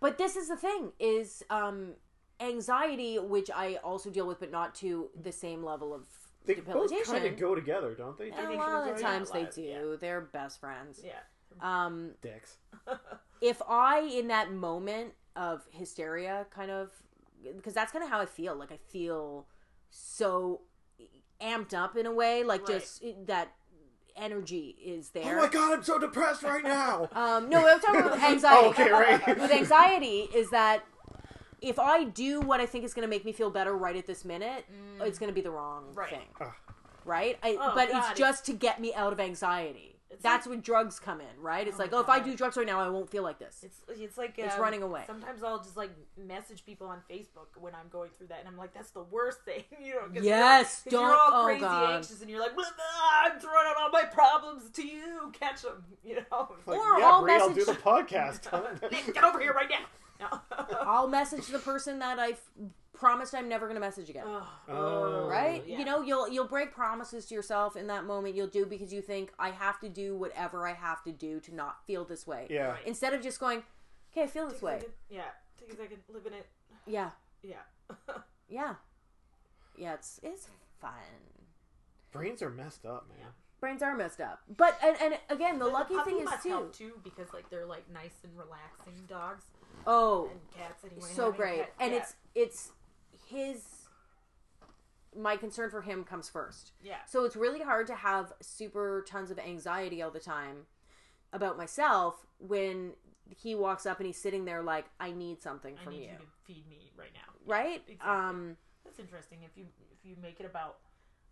C: But this is the thing is um anxiety which I also deal with but not to the same level of
A: They both
C: debilitation.
A: kind of go together, don't they? Do you
C: And a
A: think
C: lot
A: she's
C: of
A: right?
C: the times they
B: allies,
C: do.
B: yeah.
C: They're best friends.
B: [LAUGHS] Yeah.
C: Um,
A: Dicks.
C: if I, in that moment of hysteria, kind of, because that's kind of how I feel. Like I feel so amped up in a way, like
B: Right.
C: just that energy is there.
A: Oh my god, I'm so depressed
C: [LAUGHS]
A: right now.
C: Um, no, I'm talking about
A: [LAUGHS]
C: anxiety.
A: Oh, okay, right.
C: [LAUGHS] With anxiety is that if I do what I think is going to make me feel better right at this minute, it's going to be the wrong
B: Mm. Right.
C: thing,
A: Ah.
C: right? I,
B: Oh,
C: but
B: God,
C: it's just to get me out of anxiety.
B: It's
C: That's when drugs come in, right? It's
B: Oh,
C: like,
B: my
C: oh, if I
B: God.
C: do drugs right now, I won't feel like this.
B: It's it's like
C: It's
B: um,
C: running away.
B: Sometimes I'll just like message people on Facebook when I'm going through that, and I'm like, "That's the worst [LAUGHS] thing," you know. 'cause you're-
C: Yes,
B: 'cause
C: don't-
B: You're all
C: oh,
B: crazy
C: God.
B: anxious, and you're like, "Blah, blah, "I'm throwing out all my problems to you. Catch them," [LAUGHS] you know.
A: Like, [LAUGHS]
C: Or
A: yeah,
C: I'll
A: Brie, I'll do
C: message-
A: the podcast.
C: [LAUGHS]
A: huh?
B: Nick, [LAUGHS] get over here right now. No. [LAUGHS]
C: I'll message the person that I f- promised I'm never going to message again.
B: Oh,
A: Oh.
C: Right?
B: yeah.
C: You know, you'll you'll break promises to yourself in that moment. You'll do because you think I have to do whatever I have to do to not feel this way.
A: [LAUGHS] yeah.
C: Instead of just going, okay, I feel
B: Take
C: this
B: a
C: way.
B: second. Yeah, take a second. Live in it.
C: Yeah,
B: Yeah.
C: yeah, yeah. It's it's fun.
A: Brains are messed up, man.
C: Brains are messed up, but and, and again, [LAUGHS] the
B: And
C: lucky
B: puppy
C: thing is
B: must
C: too.
B: help, too because like they're like nice and relaxing dogs
C: Oh,
B: and cats anyway.
C: so
B: having a
C: great,
B: pet-
C: and
B: yeah,
C: it's it's his. My concern for him comes first,
B: yeah.
C: so it's really hard to have super tons of anxiety all the time about myself when he walks up and he's sitting there like, I need something
B: I
C: from
B: need
C: you,
B: you to feed me right now.
C: right?
B: exactly.
C: Um,
B: That's interesting. If you if you make it about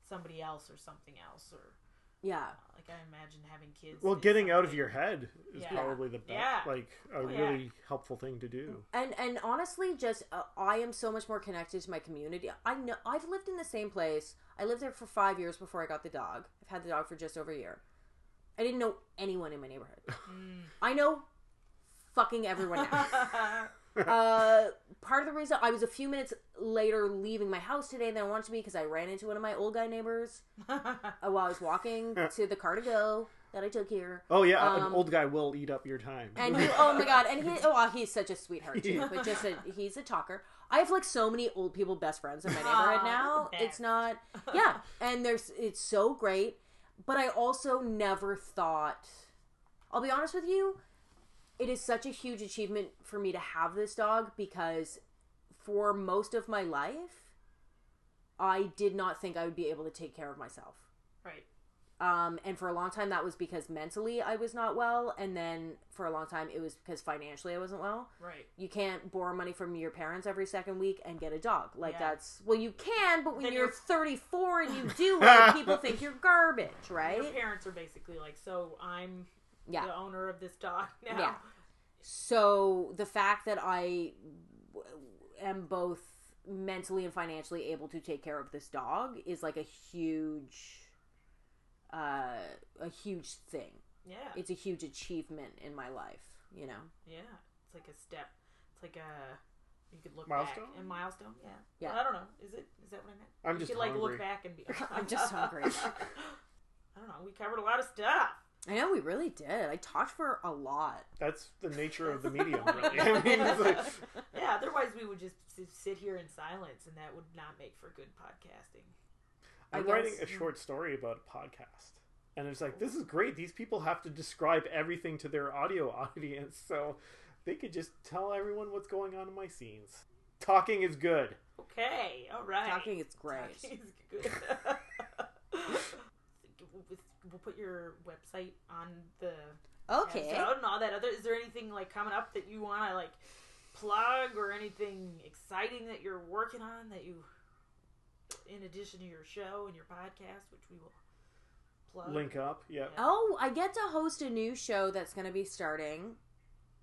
B: somebody else or something else, or uh,
C: yeah,
B: like I imagine having kids.
A: Well,
B: is
A: getting out of
B: something-
A: your head is
B: Yeah.
A: probably the best,
B: Yeah.
A: like a
B: Oh, yeah.
A: really helpful thing to do.
C: and and honestly just uh, i am so much more connected to my community i know i've lived in the same place i lived there for five years before i got the dog i've had the dog for just over a year i didn't know anyone in my neighborhood
B: Mm.
C: i know fucking everyone
B: [LAUGHS]
C: now uh, part of the reason I was a few minutes later leaving my house today than I wanted to be because I ran into one of my old guy neighbors uh, while I was walking to the car to go that I took here.
A: Oh yeah, a- an
C: Um,
A: old guy will eat up your time.
C: And he, oh my god, and he, oh, wow, he's such a sweetheart too. But just a, he's a talker. I have like so many old people best friends in my neighborhood
B: Aw,
C: now.
B: the best.
C: It's not, yeah, and there's it's so great. But I also never thought. I'll be honest with you, it is such a huge achievement for me to have this dog because for most of my life, I did not think I would be able to take care of myself.
B: [LAUGHS] right.
C: Um, and for a long time, that was because mentally I was not well. And then for a long time, it was because financially I wasn't well.
B: Right.
C: You can't borrow money from your parents every second week and get a dog. Like,
B: Yeah.
C: that's, well, you can, but when
B: Then
C: you're, [LAUGHS]
B: you're-
C: 34 and you do
B: [LAUGHS]
C: it, people think you're garbage, right?
B: Your parents are basically like, so I'm
C: Yeah.
B: the owner of this dog [LAUGHS] now.
C: Yeah. So the fact that I w- am both mentally and financially able to take care of this dog is like a huge, uh, a huge thing.
B: Yeah.
C: it's a huge achievement in my life, you know.
B: yeah. It's like a step. It's like a you could look
A: Milestone?
B: back and milestone. Yeah.
C: Yeah.
B: Well, I don't know. Is it? Is that what I meant?
A: I'm
B: you
A: just
B: could like
A: hungry.
B: look back and be.
C: [LAUGHS]
B: [LAUGHS]
C: I'm just hungry.
B: I don't know. We covered a lot of stuff.
C: I know we really did. I talked for a lot.
A: [LAUGHS] That's the nature of the
C: [LAUGHS]
A: medium. [LAUGHS] Really. I mean, it's like,
B: [LAUGHS] Yeah, otherwise we would just s- sit here in silence, and that would not make for good podcasting.
A: I'm
C: guess-
A: writing a short story about a podcast, and it's like this is great. These people have to describe everything to their audio [LAUGHS] audience, so they could just tell everyone what's going on in my scenes. Talking is good.
B: Okay, all right. [LAUGHS]
C: Talking is great.
B: Talking is good. [LAUGHS] With- we'll put your website on the
C: Okay.
B: episode and all that other. Is there anything like coming up that you want to like plug or anything exciting that you're working on that you, in addition to your show and your podcast, which we will plug.
A: Link up, yeah.
C: Oh, I get to host a new show that's going to be starting.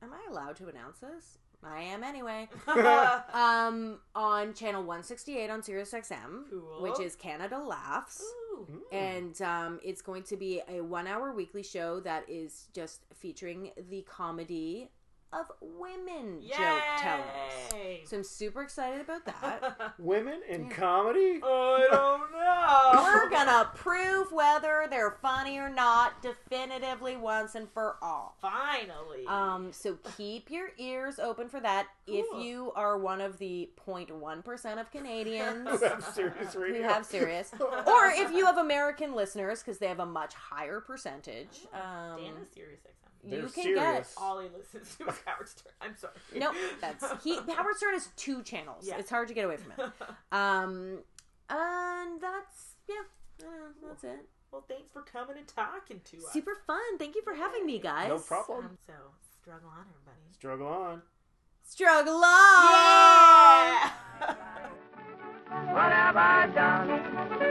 C: Am I allowed to announce this? I am anyway. [LAUGHS] Um, on channel 168 on SiriusXM,
B: Cool.
C: which is Canada Laughs.
B: [LAUGHS] Ooh.
A: Mm.
C: and um, it's going to be a one-hour weekly show that is just featuring the comedy of women joke tellers.
B: Yay! [LAUGHS]
C: So uh, I'm super excited about that.
A: Women in
C: [LAUGHS]
A: comedy? [LAUGHS]
B: I don't know. [LAUGHS]
C: We're gonna prove whether they're funny or not definitively once and for all.
B: Finally.
C: Um, so keep your ears open for that
B: Cool.
C: if you are one of the 0.1% of
A: [LAUGHS]
C: Canadians
A: Who have serious
C: who
A: radio? [LAUGHS]
C: have serious, or if you have American listeners, because they have a much higher percentage. Um,
B: Dan is serious XM.
C: you
A: They're
C: can
A: serious.
C: get.
B: All he listens to is Howard Stern. I'm sorry.
C: No,
B: [LAUGHS]
C: that's he. Howard Stern has two channels.
B: Yeah.
C: It's hard to get away
B: [LAUGHS]
C: from it. Um, and that's yeah, uh, that's it.
B: well, thanks for coming and talking to us.
C: Super fun. Thank you for having me, guys.
A: No problem.
B: Um, so struggle on, everybody.
A: Struggle on.
C: Struggle on.
D: [LAUGHS] What have I done?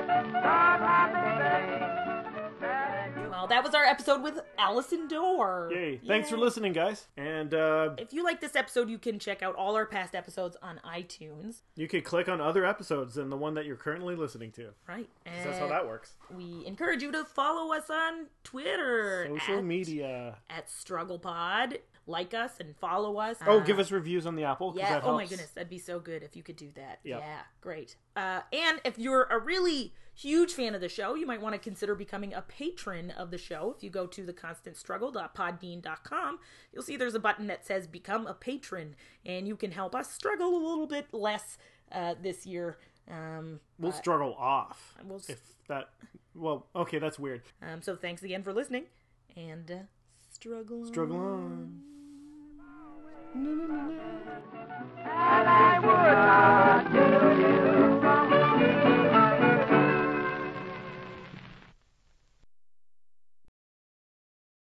D: God, I think that you
B: Well, that was our episode with Allison Dorr.
A: Yay. Thanks for
B: Yay.
A: listening, guys. And uh,
B: If you like this episode, you can check out all our past episodes on iTunes.
A: you could click on other episodes than the one that you're currently listening to. 'cause
B: Right. And
C: Eh.
A: That's how that works.
B: we encourage you to follow us on Twitter.
A: Social
B: at-
A: media.
B: At Struggle Pod. Like us and follow us.
A: Oh,
B: Uh,
A: give us reviews on the Apple. 'cause
C: yeah.
A: that
B: Oh my
A: helps.
B: goodness, that'd be so good if you could do that.
A: Yeah.
B: Yeah, great. Uh, and if you're a really huge fan of the show, you might want to consider becoming a patron of the show. If you go to theconstantstruggle.podbean.com, you'll see there's a button that says Become a Patron, and you can help us struggle a little bit less uh, this year. Um,
A: We'll struggle off.
B: we'll s-
A: If that. Well, okay, that's weird.
B: um, so thanks again for listening, and uh, Mm. struggle on.
A: Struggle on.
D: have